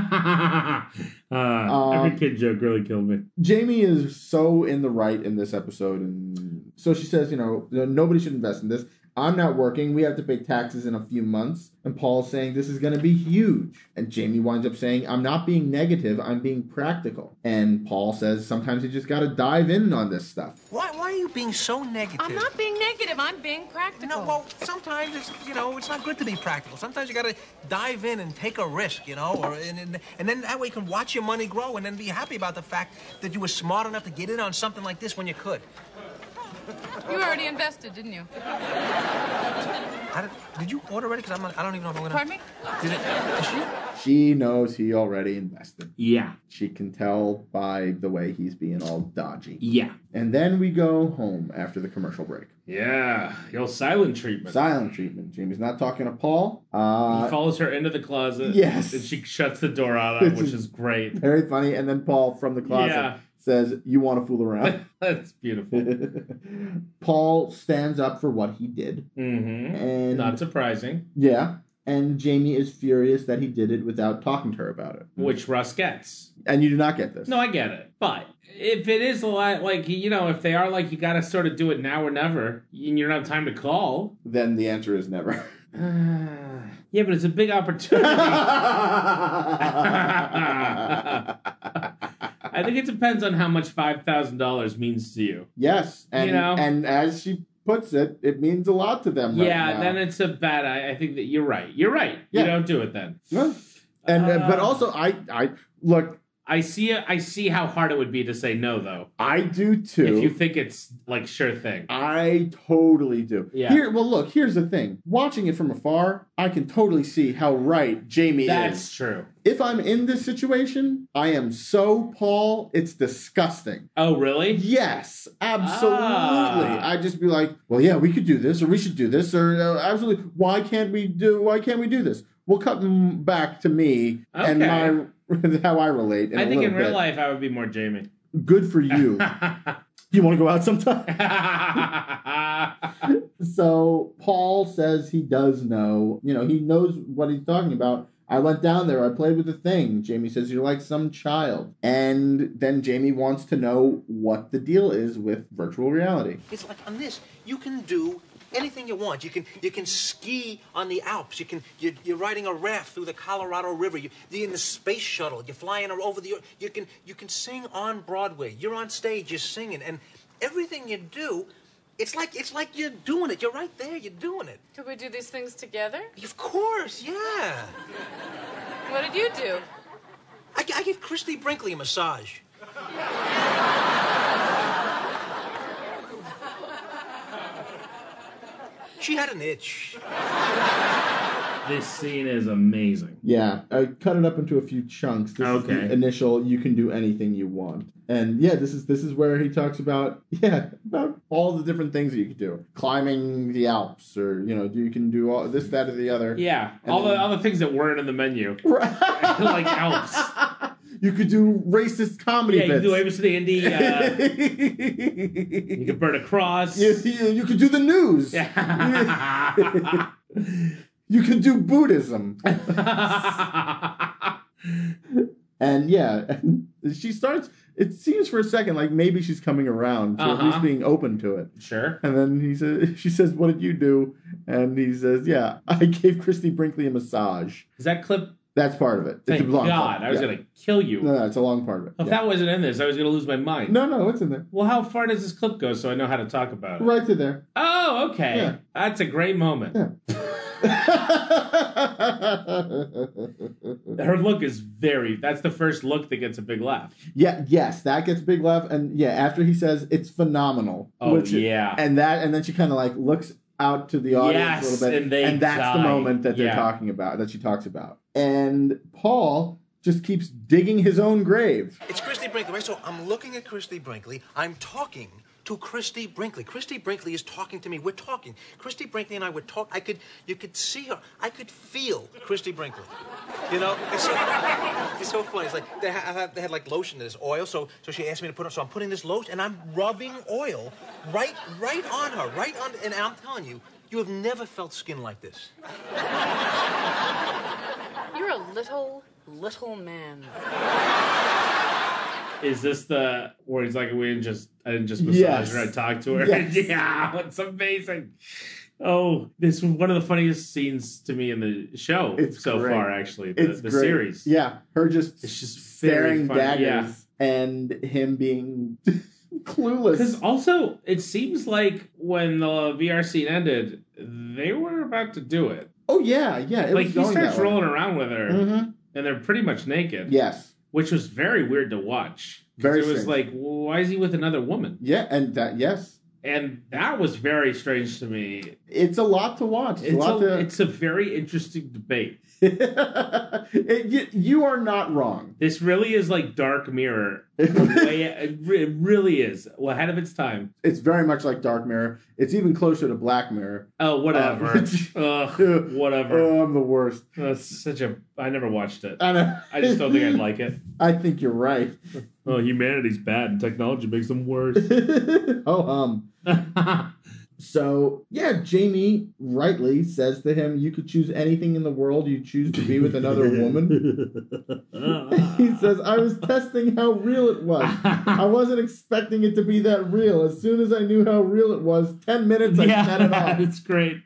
uh,
Um,
every kid joke really killed me.
Jamie is so in the right in this episode, and so she says, you know, nobody should invest in this. I'm not working. We have to pay taxes in a few months. And Paul's saying this is going to be huge. And Jamie winds up saying, I'm not being negative. I'm being practical. And Paul says sometimes you just got to dive in on this stuff.
Why, why are you being so negative?
I'm not being negative. I'm being
You
practical.
know, well, sometimes it's you know it's not good to be practical. Sometimes you gotta dive in and take a risk, you know, or and, and, and then that way you can watch your money grow and then be happy about the fact that you were smart enough to get in on something like this when you could.
you already invested, didn't you?
I did, did you order already? Because I'm not, I don't even know if I'm gonna.
Pardon me?
Did it? Is she?
She knows he already invested.
Yeah,
She can tell by the way he's being all dodgy.
yeah,
And then we go home after the commercial break.
Yeah, yo, silent treatment.
Silent treatment. Jamie's not talking to Paul.
he
Uh,
follows her into the closet.
Yes.
and she shuts the door on him, which is great.
Very funny. And then Paul from the closet
Yeah.
says, You want to fool around.
That's beautiful.
Paul stands up for what he did.
hmm
And
Not surprising.
yeah. And Jamie is furious that he did it without talking to her about it.
Which Russ gets.
And you do not get this.
No, I get it. But if it is a lot, like you know, if they are like you got to sort of do it now or never, and you don't have time to call.
Then the answer is never.
yeah, but it's a big opportunity. I think it depends on how much five thousand dollars means to you.
yes. And
You know.
and as she puts it, it means a lot to them. Right
yeah,
now.
then it's a bad. I, I think that you're right. You're right.
Yeah.
You don't do it then.
Yeah. And uh, but
Uh,
also I I look
I see. I see how hard it would be to say no, though.
I do Uh, too.
If you think it's like sure thing,
I totally do.
Yeah.
Here, well, look. Here's the thing. Watching it from afar, I can totally see how right Jamie
that's
is.
true.
If I'm in this situation, I am so Paul. It's disgusting.
Oh, really?
Yes, absolutely.
Ah.
I'd just be like, well, yeah, we could do this, or we should do this, or uh, absolutely. Why can't we do? Why can't we do this? We'll cut m- back to me and
Okay.
my how I relate. In
I
a
think in
little
real
bit.
life I would be more Jamie.
good for you. you want to go out sometime?
yeah,
So Paul says he does know. You know, he knows what he's talking about. I went down there. I played with the thing. Jamie says you're like some child. And then Jamie wants to know what the deal is with virtual reality.
It's like on this, you can do anything you want. You can you can ski on the Alps. You can you're, you're riding a raft through the Colorado River. You, you're in the space shuttle. You're flying over the. You can you can sing on Broadway. You're on stage. You're singing, and everything you do, it's like it's like you're doing it. You're right there. You're doing it.
Could we do these things together?
Of course, yeah.
What did you do?
I, I give Christy Brinkley a massage. She had an itch.
This scene is amazing.
Yeah, I cut it up into a few chunks. This is
Okay.
the initial you can do anything you want. And yeah, this is this is where he talks about yeah, about all the different things that you could do. Climbing the Alps or you know, you can do all this, that, or the other.
Yeah, all the all the things that weren't in the menu, like Alps.
You could do racist comedy
Yeah, you can
bits.
do Amos the Indy. Uh, you can burn a cross.
you, you, you could do the news. you could do Buddhism. and yeah, and she starts. It seems for a second like maybe she's coming around to at
Uh-huh.
least being open to it.
Sure.
And then he says, she says, "What did you do?" And he says, "Yeah, I gave Christy Brinkley a massage."
Is that clip?
That's part of it. It's
Thank
a long
God,
part.
I was
Yeah.
gonna kill you. Oh,
No, no, it's a long part of it.
If
Yeah.
that wasn't in this, I was gonna lose my mind.
No, no, it's in there.
Well, how far does this clip go so I know how to talk about it?
Right to there.
Oh, okay.
Yeah.
That's a great moment. Her look is very. That's the first look that gets a big laugh.
yeah, yes, that gets a big laugh, and yeah, after he says it's phenomenal.
Oh,
which-
yeah.
and that, and then she kind of like looks out to the audience a
Yes,
little bit,
and they
that's the
die.
moment that they're
Yeah.
talking about, that she talks about, and Paul just keeps digging his own grave.
It's Christy Brinkley, right? So I'm looking at Christy Brinkley. I'm talking to Christy Brinkley. Christy Brinkley is talking to me. We're talking. Christy Brinkley and I were talk. I could, you could see her. I could feel Christy Brinkley. You know, it's so, it's so funny. It's like they, ha- I had- they had like lotion in this oil. So, so she asked me to put it. So I'm putting this lotion and I'm rubbing oil right, right on her, right on. And I'm telling you, you have never felt skin like this.
You're a little, little man.
Is this the where he's like, we didn't just, I didn't just massage
Yes.
her, I talked to her.
Yes.
yeah, it's amazing. Oh, this was one of the funniest scenes to me in the show
It's
so
great.
far, actually. The,
it's
the
great.
series.
Yeah, her just
It's just very
staring
funny,
daggers and him being
Because
clueless.
also, it seems like when the VR scene ended, they were about to do it.
Oh yeah, yeah. It
like
was
he
going
starts
that way.
rolling around with her,
Mhm.
and they're pretty much naked.
Yes.
which was very weird to watch. 'Cause
Very
It was
strange.
like, why is he with another woman?
Yeah, and that yes,
And that was very strange to me.
it's a lot to watch. It's,
It's
a lot
a,
to.
it's a very interesting debate.
It- you, you are not wrong.
This really is like Dark Mirror. The way it, re- it really is. Well, ahead of its time.
It's very much like Dark Mirror. It's even closer to Black Mirror.
Oh, whatever.
Uh,
Ugh, whatever.
Oh, I'm the worst.
That's such a. I never watched it.
I, know.
I just don't think I'd like it.
I think you're right.
Oh, humanity's bad, and technology makes them worse.
oh um. So yeah, Jamie rightly says to him, "You could choose anything in the world. You choose to be with another woman." he says, I was testing how real it was. I wasn't expecting it to be that real. As soon as I knew how real it was, 10 minutes I set it
yeah,
off.
it's great.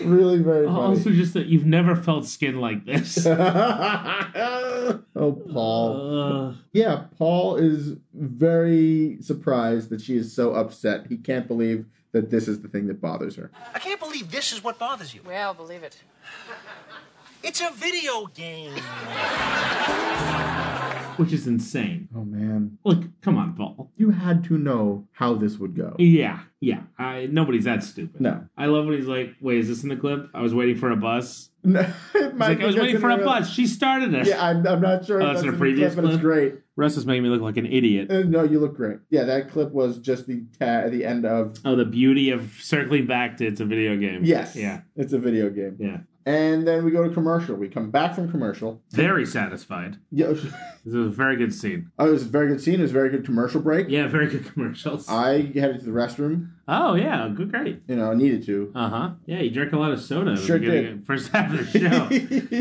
Really very
Also,
Oh,
funny.
just that you've never felt skin like this.
oh, Paul.
Uh,
Yeah, Paul is very surprised that she is so upset. He can't believe that this is the thing that bothers her.
I can't believe this is what bothers you.
Well, believe it.
It's a video game.
which is insane.
Oh, man.
Look, come on, Paul.
You had to know how this would go.
Yeah, yeah. I, nobody's that stupid.
No.
I love when he's like, "Wait, is this in the clip? I was waiting for a bus.
No,
He's like, I was waiting for a bus. She started it."
Yeah, I'm, I'm not sure.
Oh,
if
that's in a
the clip,
previous
but it's
clip?
great.
Russ is making me look like an idiot.
Uh, no, you look great. Yeah, that clip was just the ta- the end of
Oh, the beauty of circling back to it's a video game.
yes.
Yeah.
it's a video game.
Yeah.
And then we go to commercial. We come back from commercial.
Very satisfied.
Yeah, it was,
This is a very good scene.
oh, it was a very good scene. It was a very good commercial break.
Yeah, very good commercials.
I headed to the restroom.
oh yeah, good great.
You know, I needed to.
Uh huh. Yeah, you drank a lot of soda. in the
Sure
beginning- First half of the show.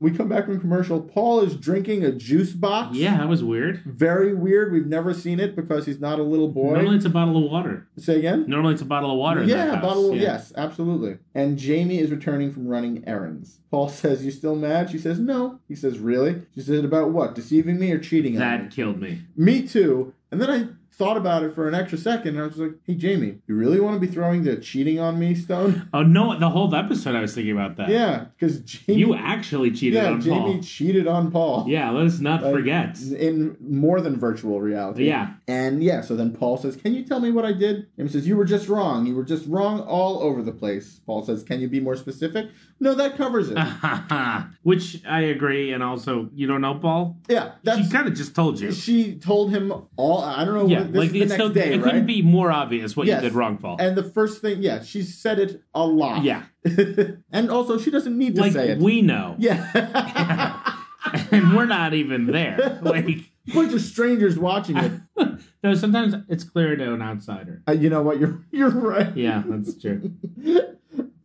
we come back from commercial. Paul is drinking a juice box.
yeah, that was weird.
Very weird. We've never seen it because he's not a little boy.
Normally it's a bottle of water.
Say again.
Normally it's a bottle of water. in that
Yeah,
house.
bottle. Yes, absolutely. And Jamie is returning from running errands. Paul says, "You still mad?" She says, "No." He says, "Really?" She says, "About what? Deceiving me or cheating on me?"
That killed me.
Me too. And then I thought about it for an extra second, and I was like, "Hey, Jamie, you really want to be throwing the cheating on me stone?"
Oh no! The whole episode, I was thinking about that.
Yeah, because Jamie,
you actually cheated
yeah,
on
Jamie
Paul.
cheated on Paul.
Yeah, let us not
Like,
forget.
in more than virtual reality.
Yeah.
and yeah. So then Paul says, "Can you tell me what I did?" And he says, "You were just wrong. You were just wrong all over the place." Paul says, "Can you be more specific?" No, that covers it.
Uh, Which I agree, and also you don't know Paul.
yeah,
She
that's.
kind of just told you.
She told him all. I don't know.
yeah,
what, this
like
is the
it's
next
so,
day,
it
right?
couldn't be more obvious what
Yes.
you did wrong, Paul.
And the first thing, yeah, she said it a lot.
Yeah.
and also, she doesn't need to say
like
it.
we know,
yeah.
and we're not even there. Like
Bunch of strangers watching it.
no, sometimes it's clear to an outsider.
Uh, you know what? You're you're right.
Yeah, that's true.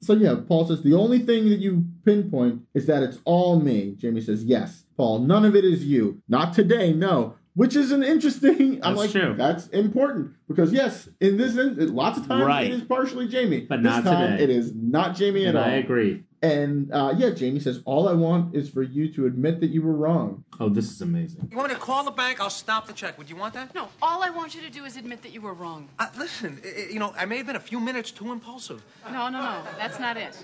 So yeah, Paul says the only thing that you pinpoint is that it's all me. Jamie says yes. Paul, none of it is you. Not today, no. Which is an interesting. I'm
That's
like,
true.
that's important because yes, in this, in, lots of times
Right.
it is partially Jamie,
But
this
not
time
today.
it is not Jamie
and
at all.
I agree.
And uh, yeah, Jamie says, All I want is for you to admit that you were wrong.
Oh, this is amazing.
You want me to call the bank? I'll stop the check. Would you want that?
No, all I want you to do is admit that you were wrong.
Uh, listen, i- i- you know, I may have been a few minutes too impulsive.
No, no, no. That's not it.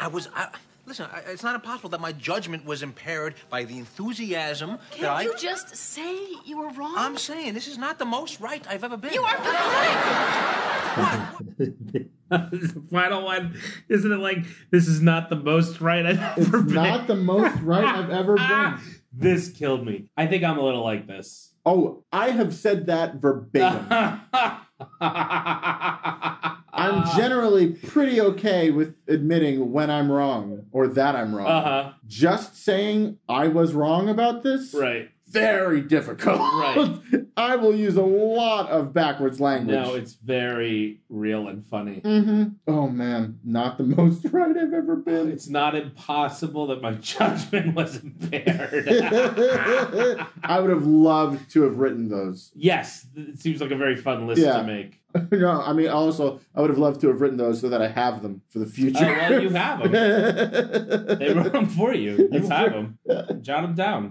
I was. I, listen, I, it's not impossible that my judgment was impaired by the enthusiasm that
Can't
I.
you just say you were wrong?
I'm saying this is not the most right I've ever been.
you are correct.
What? what?
the final one, isn't it? Like this is not the most right I've
It's
ever been.
not the most right I've ever been.
Ah, this killed me. I think I'm a little like this.
Oh, I have said that verbatim.
uh-huh.
I'm generally pretty okay with admitting when I'm wrong or that I'm wrong. Just saying I was wrong about this,
Uh-huh. Right.
very difficult.
Right.
I will use a lot of backwards language.
No, it's very real and funny.
hmm Oh man, not the most right I've ever been.
It's not impossible that my judgment was impaired.
I would have loved to have written those.
yes, it seems like a very fun list
Yeah.
to make.
no, I mean, also, I would have loved to have written those so that I have them for the future.
Oh, well, you have them. They wrote them for you. Let's have them. Jot them down.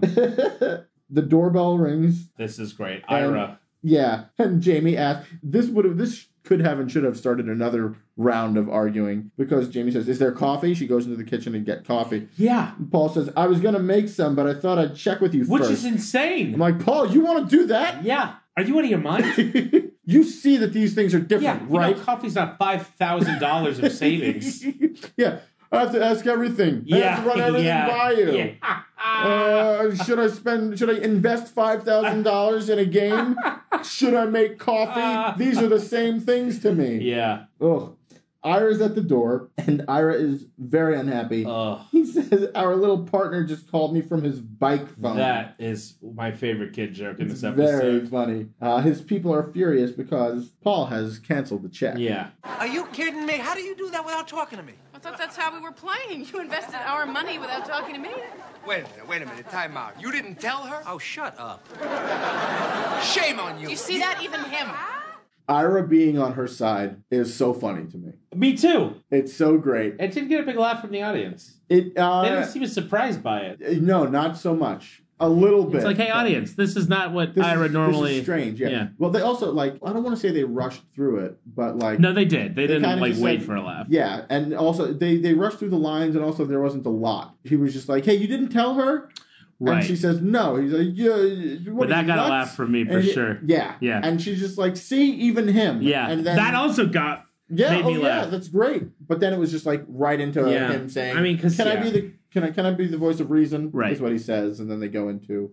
the doorbell rings.
This is great. Ira.
Yeah, and Jamie asks, "This would have this could have and should have started another round of arguing because Jamie says, "Is there coffee?" She goes into the kitchen and get coffee.
Yeah.
Paul says, "I was gonna make some, but I thought I'd check with you
Which
first.
is
I'm
insane.
like, "Paul, you want to do that?"
Yeah. Are you out of your mind?
you see that these things are
Yeah.
different,
You
right?
know, coffee's not $5,000 of savings.
yeah. I have to ask everything. I have to run everything
yeah,
by you.
yeah.
Uh, should I spend? Should I invest five thousand dollars in a game? Should I make coffee? These are the same things to me.
Uh. Yeah.
Ugh. Ira's at the door, and Ira is very unhappy.
Ugh.
he says, "Our little partner just called me from his bike phone."
That is my favorite kid joke in
It's
this
very
episode.
funny. Uh, his people are furious because Paul has canceled the check.
Yeah.
Are you kidding me? How do you do that without talking to me?
I thought that's how we were playing. You invested our money without talking to me.
Wait a minute, wait a minute, time out. You didn't tell her?
Oh, shut up.
Shame on you.
You see that? Even him.
Ira being on her side is so funny to me.
Me too.
It's so great.
It didn't get a big laugh from the audience.
It uh,
They didn't seem as surprised by it.
no, not so much. A little bit.
It's like, hey, audience, this is not what
This is-
Ira
this is
normally.
strange. Yeah. Well, they also like I don't want to say they rushed through it, but like
No, they did. They,
kinda
didn't like
just
wait
said-
for a laugh.
Yeah, and also they they rushed through the lines, and also there wasn't a lot. He was just like, "Hey, you didn't tell her."
Right.
And she says no. He's like, yeah.
But that got a laugh from me for
and he-
sure.
Yeah,
Yeah.
And she's just like, see, even him.
Yeah.
and then
that also got
yeah,
made
oh,
me
yeah,
laugh.
that's great. But then it was just like right into
Yeah.
him saying,
I mean, 'cause,
can I
yeah.
be the can I can I be the voice of reason?"
Right.
is what he says, and then they go into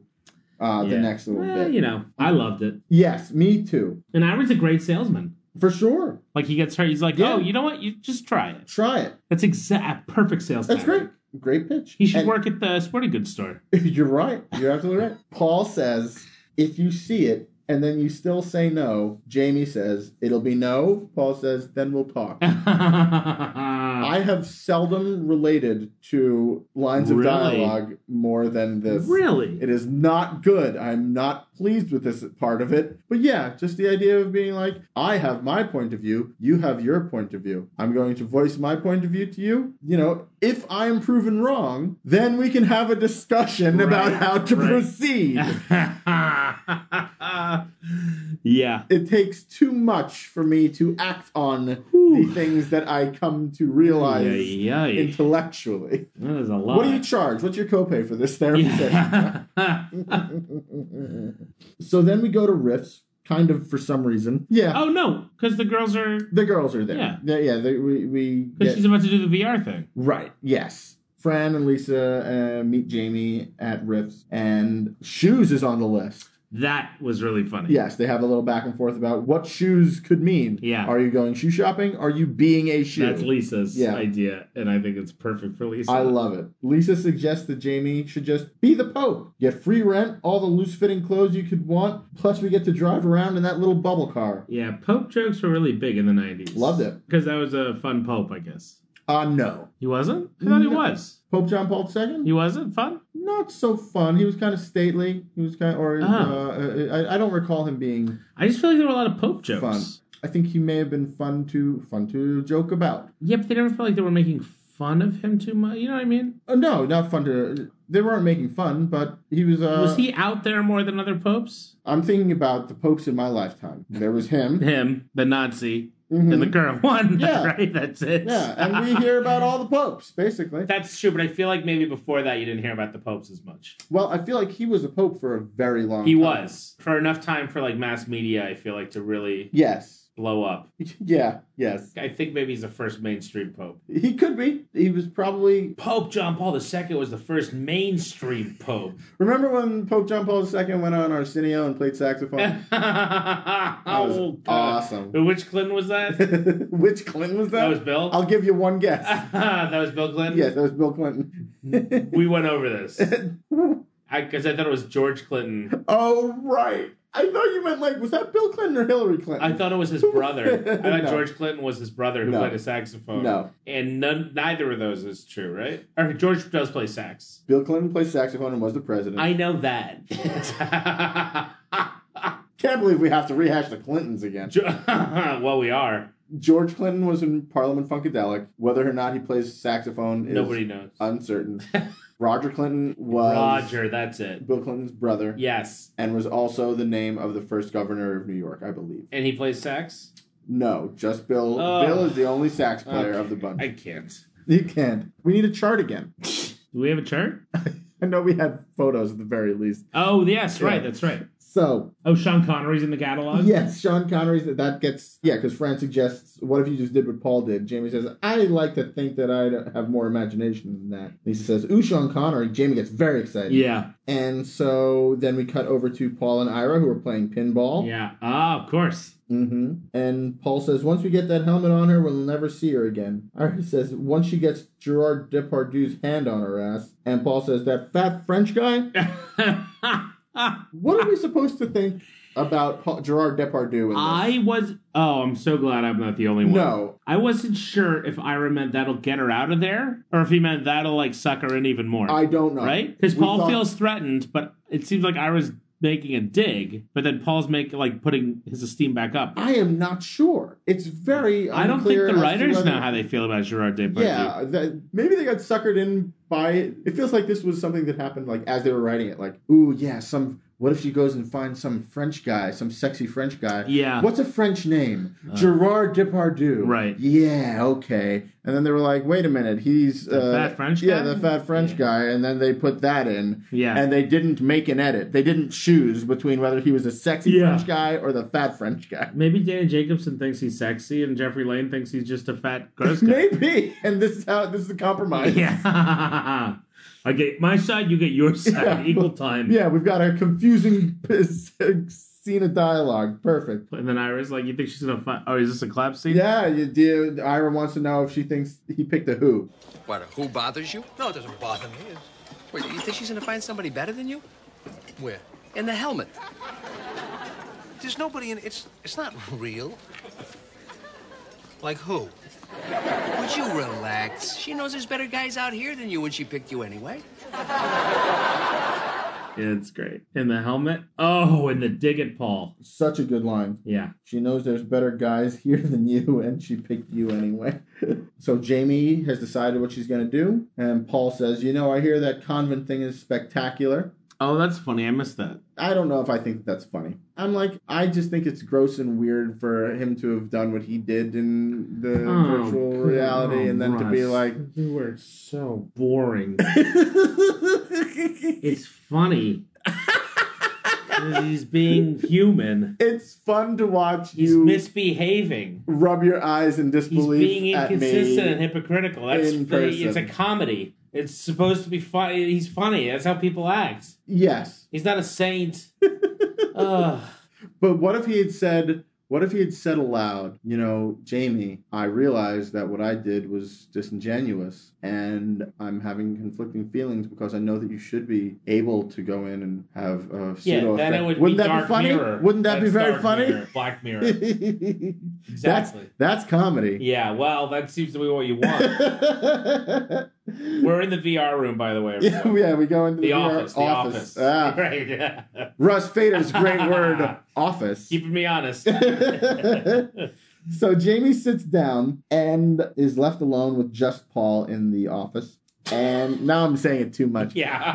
uh, the
Yeah.
next little
Well,
bit.
You know, I loved it.
Yes, me too.
And Ira's a great salesman.
For sure.
Like he gets hurt. He's like,
Yeah.
oh, you know what? You just try it.
Try it.
That's exact perfect sales.
That's
tactic.
great. Great pitch.
He should
And-
work at the sporting goods store.
You're right. You're absolutely right. Paul says, if you see it and then you still say no, Jamie says, it'll be no. Paul says, then we'll talk.
Uh-huh.
I have seldom related to lines of
Really?
dialogue more than this.
really?
It is not good. I'm not pleased with this part of it. But yeah, just the idea of being like, I have my point of view, you have your point of view. I'm going to voice my point of view to you. You know, if I am proven wrong, then we can have a discussion about how to
right.
proceed.
Yeah.
It takes too much for me to act on the things that I come to realize
Ay, ay, ay.
intellectually.
That is a lot.
What do you charge? What's your copay for this therapy session? so then we go to riffs, kind of for some reason. Yeah,
Oh no, because the girls are
the girls are there.
Yeah.
yeah, yeah they, we we
because
get-
she's about to do the VR thing.
Right. Yes. Fran and Lisa uh, meet Jamie at Riffs, and shoes is on the list.
That was really funny.
Yes, they have a little back and forth about what shoes could mean.
Yeah.
Are you going shoe shopping? Are you being a shoe?
That's Lisa's
Yeah.
idea, and I think it's perfect for Lisa.
I love it. Lisa suggests that Jamie should just be the Pope. Get free rent, all the loose fitting clothes you could want, plus we get to drive around in that little bubble car.
Yeah, Pope jokes were really big in the nineties.
Loved it.
because that was a fun Pope, I guess.
Uh, no.
He wasn't. I thought he
No.
was.
Pope John Paul II?
He wasn't fun.
Not so fun. He was kind of stately. He was kind of, or
Oh.
uh, I, I don't recall him being
I just feel like there were a lot of Pope jokes.
fun. I think he may have been fun to fun to joke about.
Yeah, but they never felt like they were making fun of him too much. You know what I mean?
Uh, no, not fun to. They weren't making fun, but he was. Uh,
was he out there more than other popes?
I'm thinking about the popes in my lifetime. There was him.
Him, the Nazi,
Mhm.
and the current one.
Yeah.
right. That's it.
yeah, and we hear about all the popes basically.
That's true, but I feel like maybe before that you didn't hear about the popes as much.
Well, I feel like he was a pope for a very long.
He
time.
was for enough time for like mass media. I feel like to really
Yes.
blow up.
Yeah. Yes.
I think maybe he's the first mainstream pope.
He could be. He was probably.
Pope John Paul II was the first mainstream pope.
Remember when Pope John Paul II went on Arsenio and played saxophone? was
oh, God.
awesome.
Which Clinton was that? that
Which Clinton was that?
was Bill.
I'll give you one guess.
that was Bill Clinton.
yes, that was Bill Clinton.
we went over this because I, thought it was George Clinton.
Oh right. I thought you meant like was that Bill Clinton or Hillary Clinton?
I thought it was his brother. I thought
No.
George Clinton was his brother who
No.
played a saxophone.
No.
and none, neither of those is true, right? Or George does play sax.
Bill Clinton played saxophone and was the president. I
I know that.
can't believe we have to rehash the Clintons again.
Jo- well, we are.
George Clinton was in Parliament Funkadelic. Whether or not he plays saxophone is
Nobody knows.
uncertain. Roger Clinton was
Roger, that's it.
Bill Clinton's brother
Yes.
and was also the name of the first governor of New York, I believe.
And he plays sax?
No, just Bill.
Oh.
Bill is the only sax player of the bunch.
I can't.
you can't. We need a chart again.
Do we have a chart?
I know we have photos at the very least.
Oh yes,
Yeah.
right. That's right.
So
Oh, Sean Connery's in the catalog.
Yes, Sean Connery's that gets yeah because Fran suggests what if you just did what Paul did. Jamie says I like to think that I don't have more imagination than that. Lisa says ooh Sean Connery. Jamie gets very excited.
Yeah.
and so then we cut over to Paul and Ira who are playing pinball.
Yeah. Ah, of course.
hmm And Paul says once we get that helmet on her, we'll never see her again. Ira says once she gets Gerard Depardieu's hand on her ass, and Paul says that fat French guy. What are we supposed to think about Paul, Gerard Depardieu? In this?
I was. Oh, I'm so glad I'm not the only one.
no.
I wasn't sure if Ira meant that'll get her out of there, or if he meant that'll like suck her in even more.
I don't know.
right? Because
We
Paul
thought-
feels threatened, but it seems like Ira's making a dig, but then Paul's making like putting his esteem back up.
I am not sure. It's very.
I don't think
unclear
the
as to
writers
whether-
know how they feel about Gerard Depardieu.
Yeah, that, maybe they got suckered in by it. It feels like this was something that happened like as they were writing it. Like, ooh, yeah, some. What if she goes and finds some French guy, some sexy French guy?
Yeah. Uh.
What's a French name? Gerard Depardieu.
Right.
Yeah. Okay. And then they were like, wait a minute, he's uh,
fat French
Yeah,
guy?
the fat French
Yeah.
guy. And then they put that in.
Yeah.
And they didn't make an edit. They didn't choose between whether he was a sexy
Yeah.
French guy or the fat French guy.
Maybe Danny Jacobson thinks he's sexy, and Jeffrey Lane thinks he's just a fat gross guy.
Maybe. And this is how this is the compromise.
Yeah. I get my side, you get your side.
Yeah.
Equal time.
Yeah, we've got a confusing scene of dialogue. Perfect.
And then Ira's like, you think she's gonna find? Oh, is this a clap scene?
Yeah, you do. Ira wants to know if she thinks he picked a who.
What, who bothers you?
No, it doesn't bother me. It's-
Wait, you think she's gonna find somebody better than you?
Where?
In the helmet.
There's nobody in it's it's not real. Like who?
Would you relax? She knows there's better guys out here than you, and she picked you anyway.
It's great. And the helmet. Oh, and the dig at Paul.
Such a good line.
Yeah.
She knows there's better guys here than you, and she picked you anyway. so Jamie has decided what she's going to do, and Paul says, You know, I hear that convent thing is spectacular.
Oh, that's funny. I missed that.
I don't know if I think that's funny. I'm like, I just think it's gross and weird for him to have done what he did in the
Oh,
virtual
God,
reality and then to be
Russ.
like,
You were so boring. it's funny. He's being human.
it's fun to watch
He's
you
misbehaving.
rub your eyes in
He's
disbelief
being
at
inconsistent and
me.
hypocritical. That's
in
funny. it's a
person.
comedy. It's supposed to be funny. He's funny. That's how people act.
Yes.
He's not a saint. Ugh.
But what if he had said, what if he had said aloud, you know, Jamie, I realize that what I did was disingenuous and I'm having conflicting feelings because I know that you should be able to go in and have a
Yeah,
pseudo
then it
effect."
would
Wouldn't
be
that
Dark
be funny?
Mirror.
Wouldn't that be very
That's Dark
funny?
Mirror, Black Mirror. Exactly.
That's that's comedy.
yeah, well, that seems to be what you want. We're in the VR room, by the way.
yeah,
Everyone.
we- yeah, we go into
The,
the, VR
office, The office.
Ah,
Right. yeah.
Russ Fader's great word, office.
Keeping me honest.
so Jamie sits down and is left alone with just Paul in the office. And now I'm saying it too much.
yeah.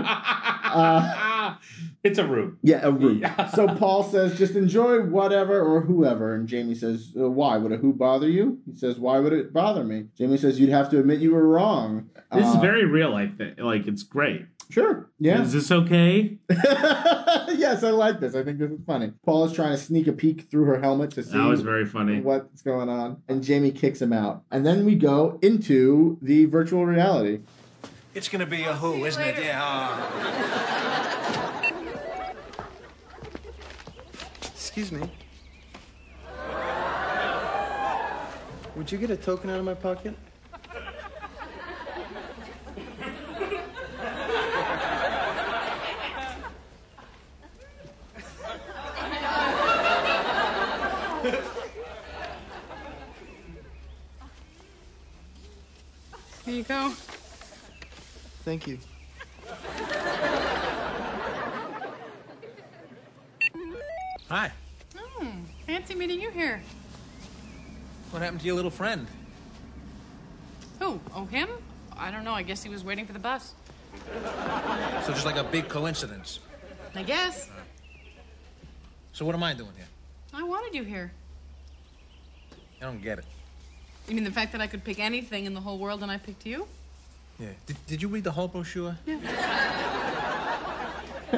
Uh,
it's a room.
Yeah, a root.
Yeah.
So Paul says, just enjoy whatever or whoever. And Jamie says, uh, why? Would a who bother you? He says, why would it bother me? Jamie says, you'd have to admit you were wrong.
This is
Uh,
very real life. Thing. Like it's great.
Sure. Yeah.
Is this okay?
yes, I like this. I think this is funny. Paul is trying to sneak a peek through her helmet to see
That was very funny.
what's going on. And Jamie kicks him out. And then we go into the virtual reality.
It's gonna be a who, isn't it? Yeah.
uh,
ah.
Excuse me. Would you get a token out of my pocket?
Here you go.
Thank you.
Hi.
Oh, fancy meeting you here.
What happened to your little friend?
Who? Oh, him? I don't know. I guess he was waiting for the bus.
So just like a big coincidence.
I guess.
So what am I doing here?
I wanted you here.
I don't get it.
You mean the fact that I could pick anything in the whole world and I picked you?
Yeah. Did, did you read the whole brochure?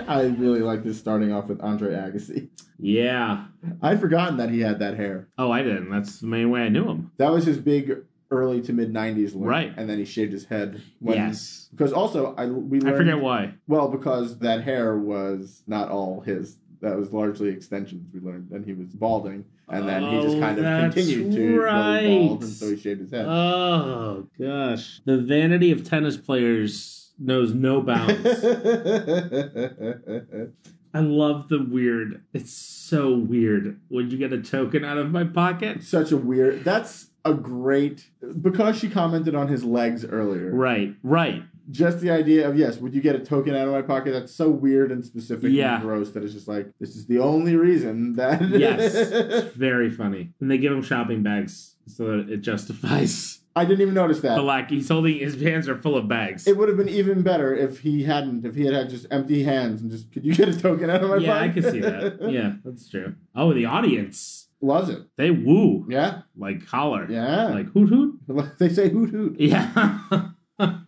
I really like this starting off with Andre Agassi.
Yeah.
I'd forgotten that he had that hair.
Oh, I didn't. That's the main way I knew him.
That was his big early to mid 90s look.
Right.
And then he shaved his head.
Yes.
Because also, I, we
I
learned.
forget why.
Well, because that hair was not all his. That was largely extensions we learned, and he was balding, and then he just
Oh,
kind of
that's
continued to go
right.
bald, and so he shaved his head.
Oh gosh, the vanity of tennis players knows no bounds. I love the weird. It's so weird. Would you get a token out of my pocket?
Such a weird. That's a great because she commented on his legs earlier.
Right, right.
Just the idea of yes, would you get a token out of my pocket? That's so weird and specific
Yeah.
and gross that it's just like this is the only reason that
Yes. It's very funny. And they give him shopping bags so that it justifies
I didn't even notice that.
the lack. He's holding his hands are full of bags.
It would have been even better if he hadn't, if he had had just empty hands and just, could you get a token out of my
yeah, I
pocket?
can see that. Yeah, that's true. Oh, the audience.
Loves it.
They woo.
Yeah.
Like holler.
Yeah.
Like hoot hoot.
they say hoot hoot.
Yeah.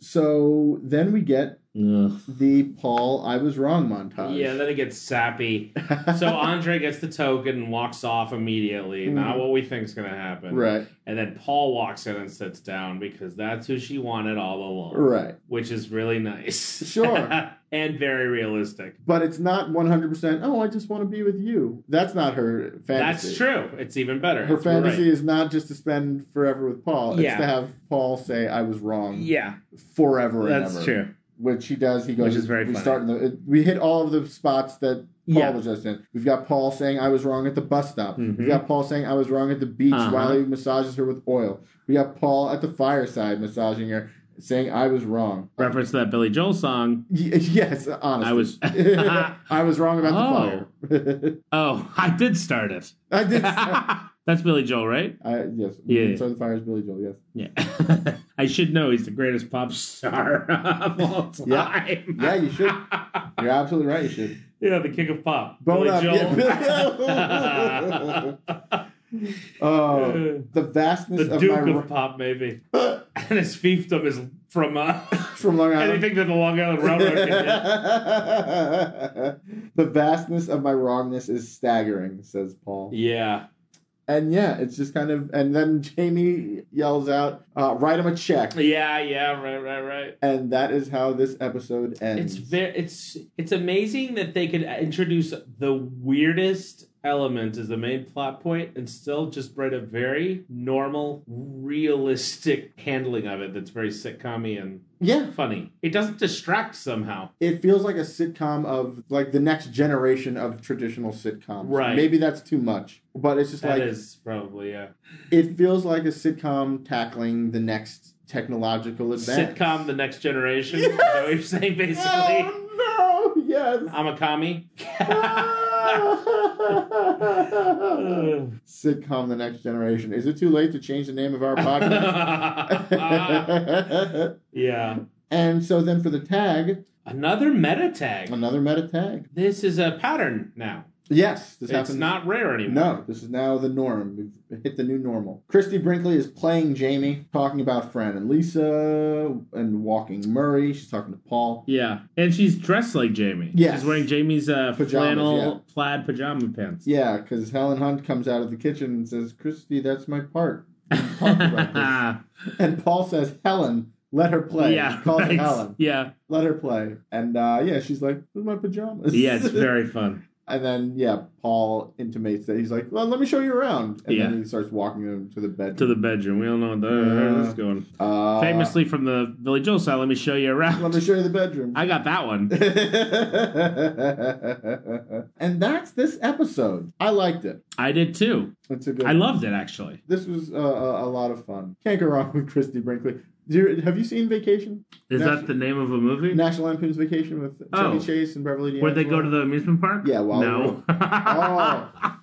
So then we get
Ugh.
the Paul I was wrong montage.
Yeah, then it gets sappy. So Andre gets the token and walks off immediately. Not what we think's going to happen.
Hmm. Right.
And then Paul walks in and sits down because that's who she wanted all along.
Right.
Which is really nice.
Sure.
and very realistic.
But it's not 100%, oh, I just want to be with you. That's not her fantasy.
That's true. It's even better.
Her
It's- you're
fantasy
right.
is not just to spend forever with Paul.
Yeah.
It's to have Paul say I was wrong
Yeah,
forever and
That's
ever.
true.
which he does. He goes,
Which is very
we
funny.
start in the, it- we hit all of the spots that Paul
Yeah. Mm-hmm.
was just in. We've got Paul saying I was wrong at the bus stop. We've got Paul saying I was wrong at the beach
Uh-huh.
while he massages her with oil. We got Paul at the fireside massaging her, saying I was wrong.
Reference to that Billy Joel song.
Y- yes, honestly,
I was-
I was wrong about the fire.
Oh, I did start it.
I did.
That's Billy Joel, right?
I, yes.
Yeah.
Southern Fire is Billy Joel. Yes.
Yeah. I should know he's the greatest pop star of all time.
Yeah. yeah, you should. You're absolutely right. You should.
Yeah, the king of pop.
Bone
Billy
up.
Joel.
Yeah. Oh, the vastness
the
of
Duke
my
of Pop, maybe. and his fiefdom is from uh,
from Long Island.
anything that the Long Island Railroad can get.
the vastness of my wrongness is staggering, says Paul.
Yeah.
And yeah, it's just kind of. And then Jamie yells out, uh, write him a check.
Yeah, yeah, right, right, right.
And that is how this episode ends.
It's very it's it's amazing that they could introduce the weirdest element as the main plot point and still just write a very normal, realistic handling of it that's very sitcom and
yeah.
funny. It doesn't distract somehow.
It feels like a sitcom of like the next generation of traditional sitcoms.
Right.
Maybe that's too much, but it's just
That is
like
probably yeah.
it feels like a sitcom tackling the next technological advance.
Sitcom the next generation. Is that what you're saying basically?
Oh no! Yes.
I'm a commie.
sitcom the next generation. Is it too late to change the name of our podcast?
yeah.
and so then for the tag,
Another meta tag.
another meta tag.
This is a pattern now.
Yes, this
It's
happens.
not rare anymore.
No, this is now the norm. We've hit the new normal. Christy Brinkley is playing Jamie, talking about Fran and Lisa, and walking Murray. She's talking to Paul.
Yeah, and she's dressed like Jamie.
Yes.
she's wearing Jamie's uh,
Pajamas,
flannel
yeah.
plaid pajama pants.
Yeah, because Helen Hunt comes out of the kitchen and says, Christy, that's my part. We talked about this. and Paul says, Helen, let her play.
yeah,
He calls her
right.
Helen,
Yeah,
let her play. And uh, yeah, she's like, with my pajamas.
yeah, it's very fun.
and then, yeah, Paul intimates that he's like, well, let me show you around. And
Yeah.
then he starts walking him to the bed.
To the bedroom, we don't know what the
Yeah.
is going.
uh,
Famously from the Billy Joel side, let me show you
Let
around.
me show you the bedroom.
I got that one.
and that's this episode. I liked it.
I did too.
It's a good.
I loved it actually.
This was uh, a, a lot of fun. Can't go wrong with Christy Brinkley. Do you, have you seen Vacation?
Is
Nash-
that the name of a movie?
National Lampoon's Vacation with
Oh.
Chevy Chase and Beverly.
Where they go to
D'Angelo?
the amusement park?
Yeah, while
no.
Oh,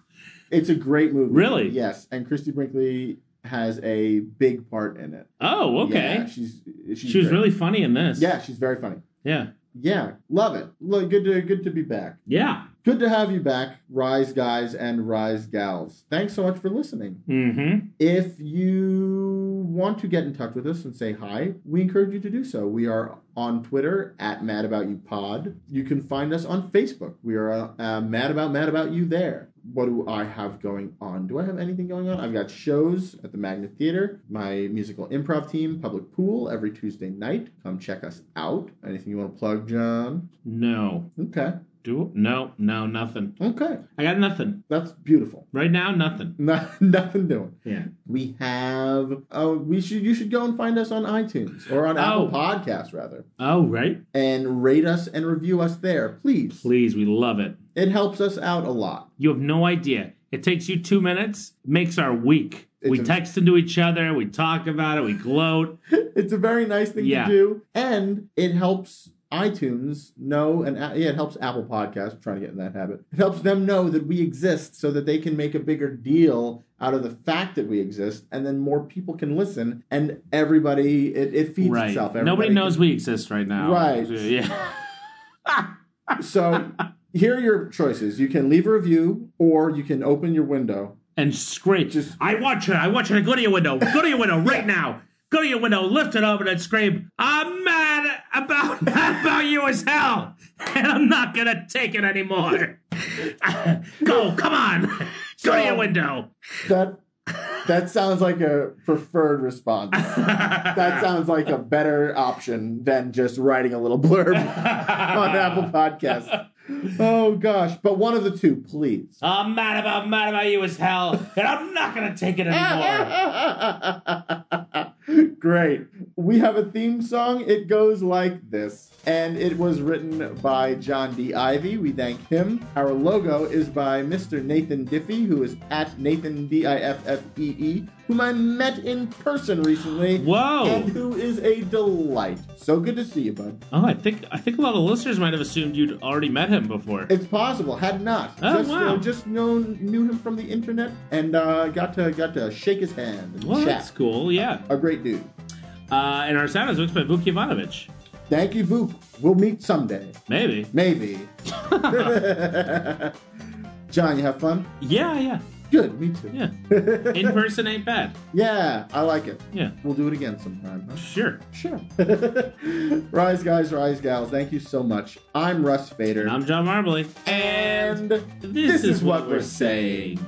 it's a great movie.
Really?
Yes, and Christy Brinkley has a big part in it.
oh, okay.
Yeah, she's, she's
she was
great.
really funny in this.
yeah, she's very funny.
yeah,
Yeah, love it. Look, good to good to be back.
yeah.
Good to have you back, Rise Guys and Rise Gals. Thanks so much for listening.
Mm-hmm.
If you want to get in touch with us and say hi, we encourage you to do so. We are on Twitter at Mad About You Pod. You can find us on Facebook. We are uh, uh, Mad About Mad About You there. What do I have going on? Do I have anything going on? I've got shows at the Magnet Theater, my musical improv team, Public Pool, every Tuesday night. Come check us out. Anything you want to plug, John?
No.
Okay.
Do no, no, nothing.
Okay.
I got nothing
That's beautiful.
right now. Nothing.
No, nothing doing.
Yeah.
We have. Oh, we should. You should go and find us on iTunes or on Apple
Oh.
Podcasts rather,
Oh, right.
and rate us and review us there, please.
Please, we love it.
It helps us out a lot.
You have no idea. It takes you two minutes, makes our week. we
It's a-
text into each other, we talk about it, we gloat.
It's a very nice thing
Yeah.
to do, and it helps iTunes know and uh, yeah, it helps Apple Podcasts. I'm trying to get in that habit. It helps them know that we exist, so that they can make a bigger deal out of the fact that we exist, and then more people can listen, and everybody it, it feeds
right.
itself.
Nobody
Everybody
knows we exist right now.
Right.
Yeah.
So here are your choices. You can leave a review or you can open your window.
And scrape.
Just-
I want you. I want you to go to your window. Go to your window right now. Go to your window, lift it open, and scream, I'm mad about, mad about you as hell. And I'm not going to take it anymore. go, come on. Go to your
So-
window.
That that sounds like a preferred response. That sounds like a better option than just writing a little blurb on Apple Podcasts. Oh gosh. But one of the two, please.
I'm mad about mad about you as hell, and I'm not gonna take it anymore.
Great. We have a theme song. It goes like this. And it was written by John D. Ivy. We thank him. Our logo is by Mr. Nathan Diffie, who is at Nathan D I F F E E, whom I met in person recently.
Whoa.
And who is a delight. So good to see you, bud.
Oh, I think I think a lot of listeners might have assumed you'd already met him before.
It's possible. Had not.
Oh,
just,
wow.
uh, just known knew him from the internet and uh, got to got to shake his hand and
Well,
chat.
that's cool. Yeah.
A great dude.
Uh, and our sound is mixed by Vuk Ivanovich.
Thank you, Voop. We'll meet someday.
Maybe.
Maybe. John, you have fun?
Yeah, yeah.
Good, me too.
Yeah. In person ain't bad.
Yeah, I like it.
Yeah.
We'll do it again sometime. Huh?
Sure.
Sure. rise, guys, rise, gals. Thank you so much. I'm Russ Fader.
I'm John Marbley.
And this,
is what we're saying.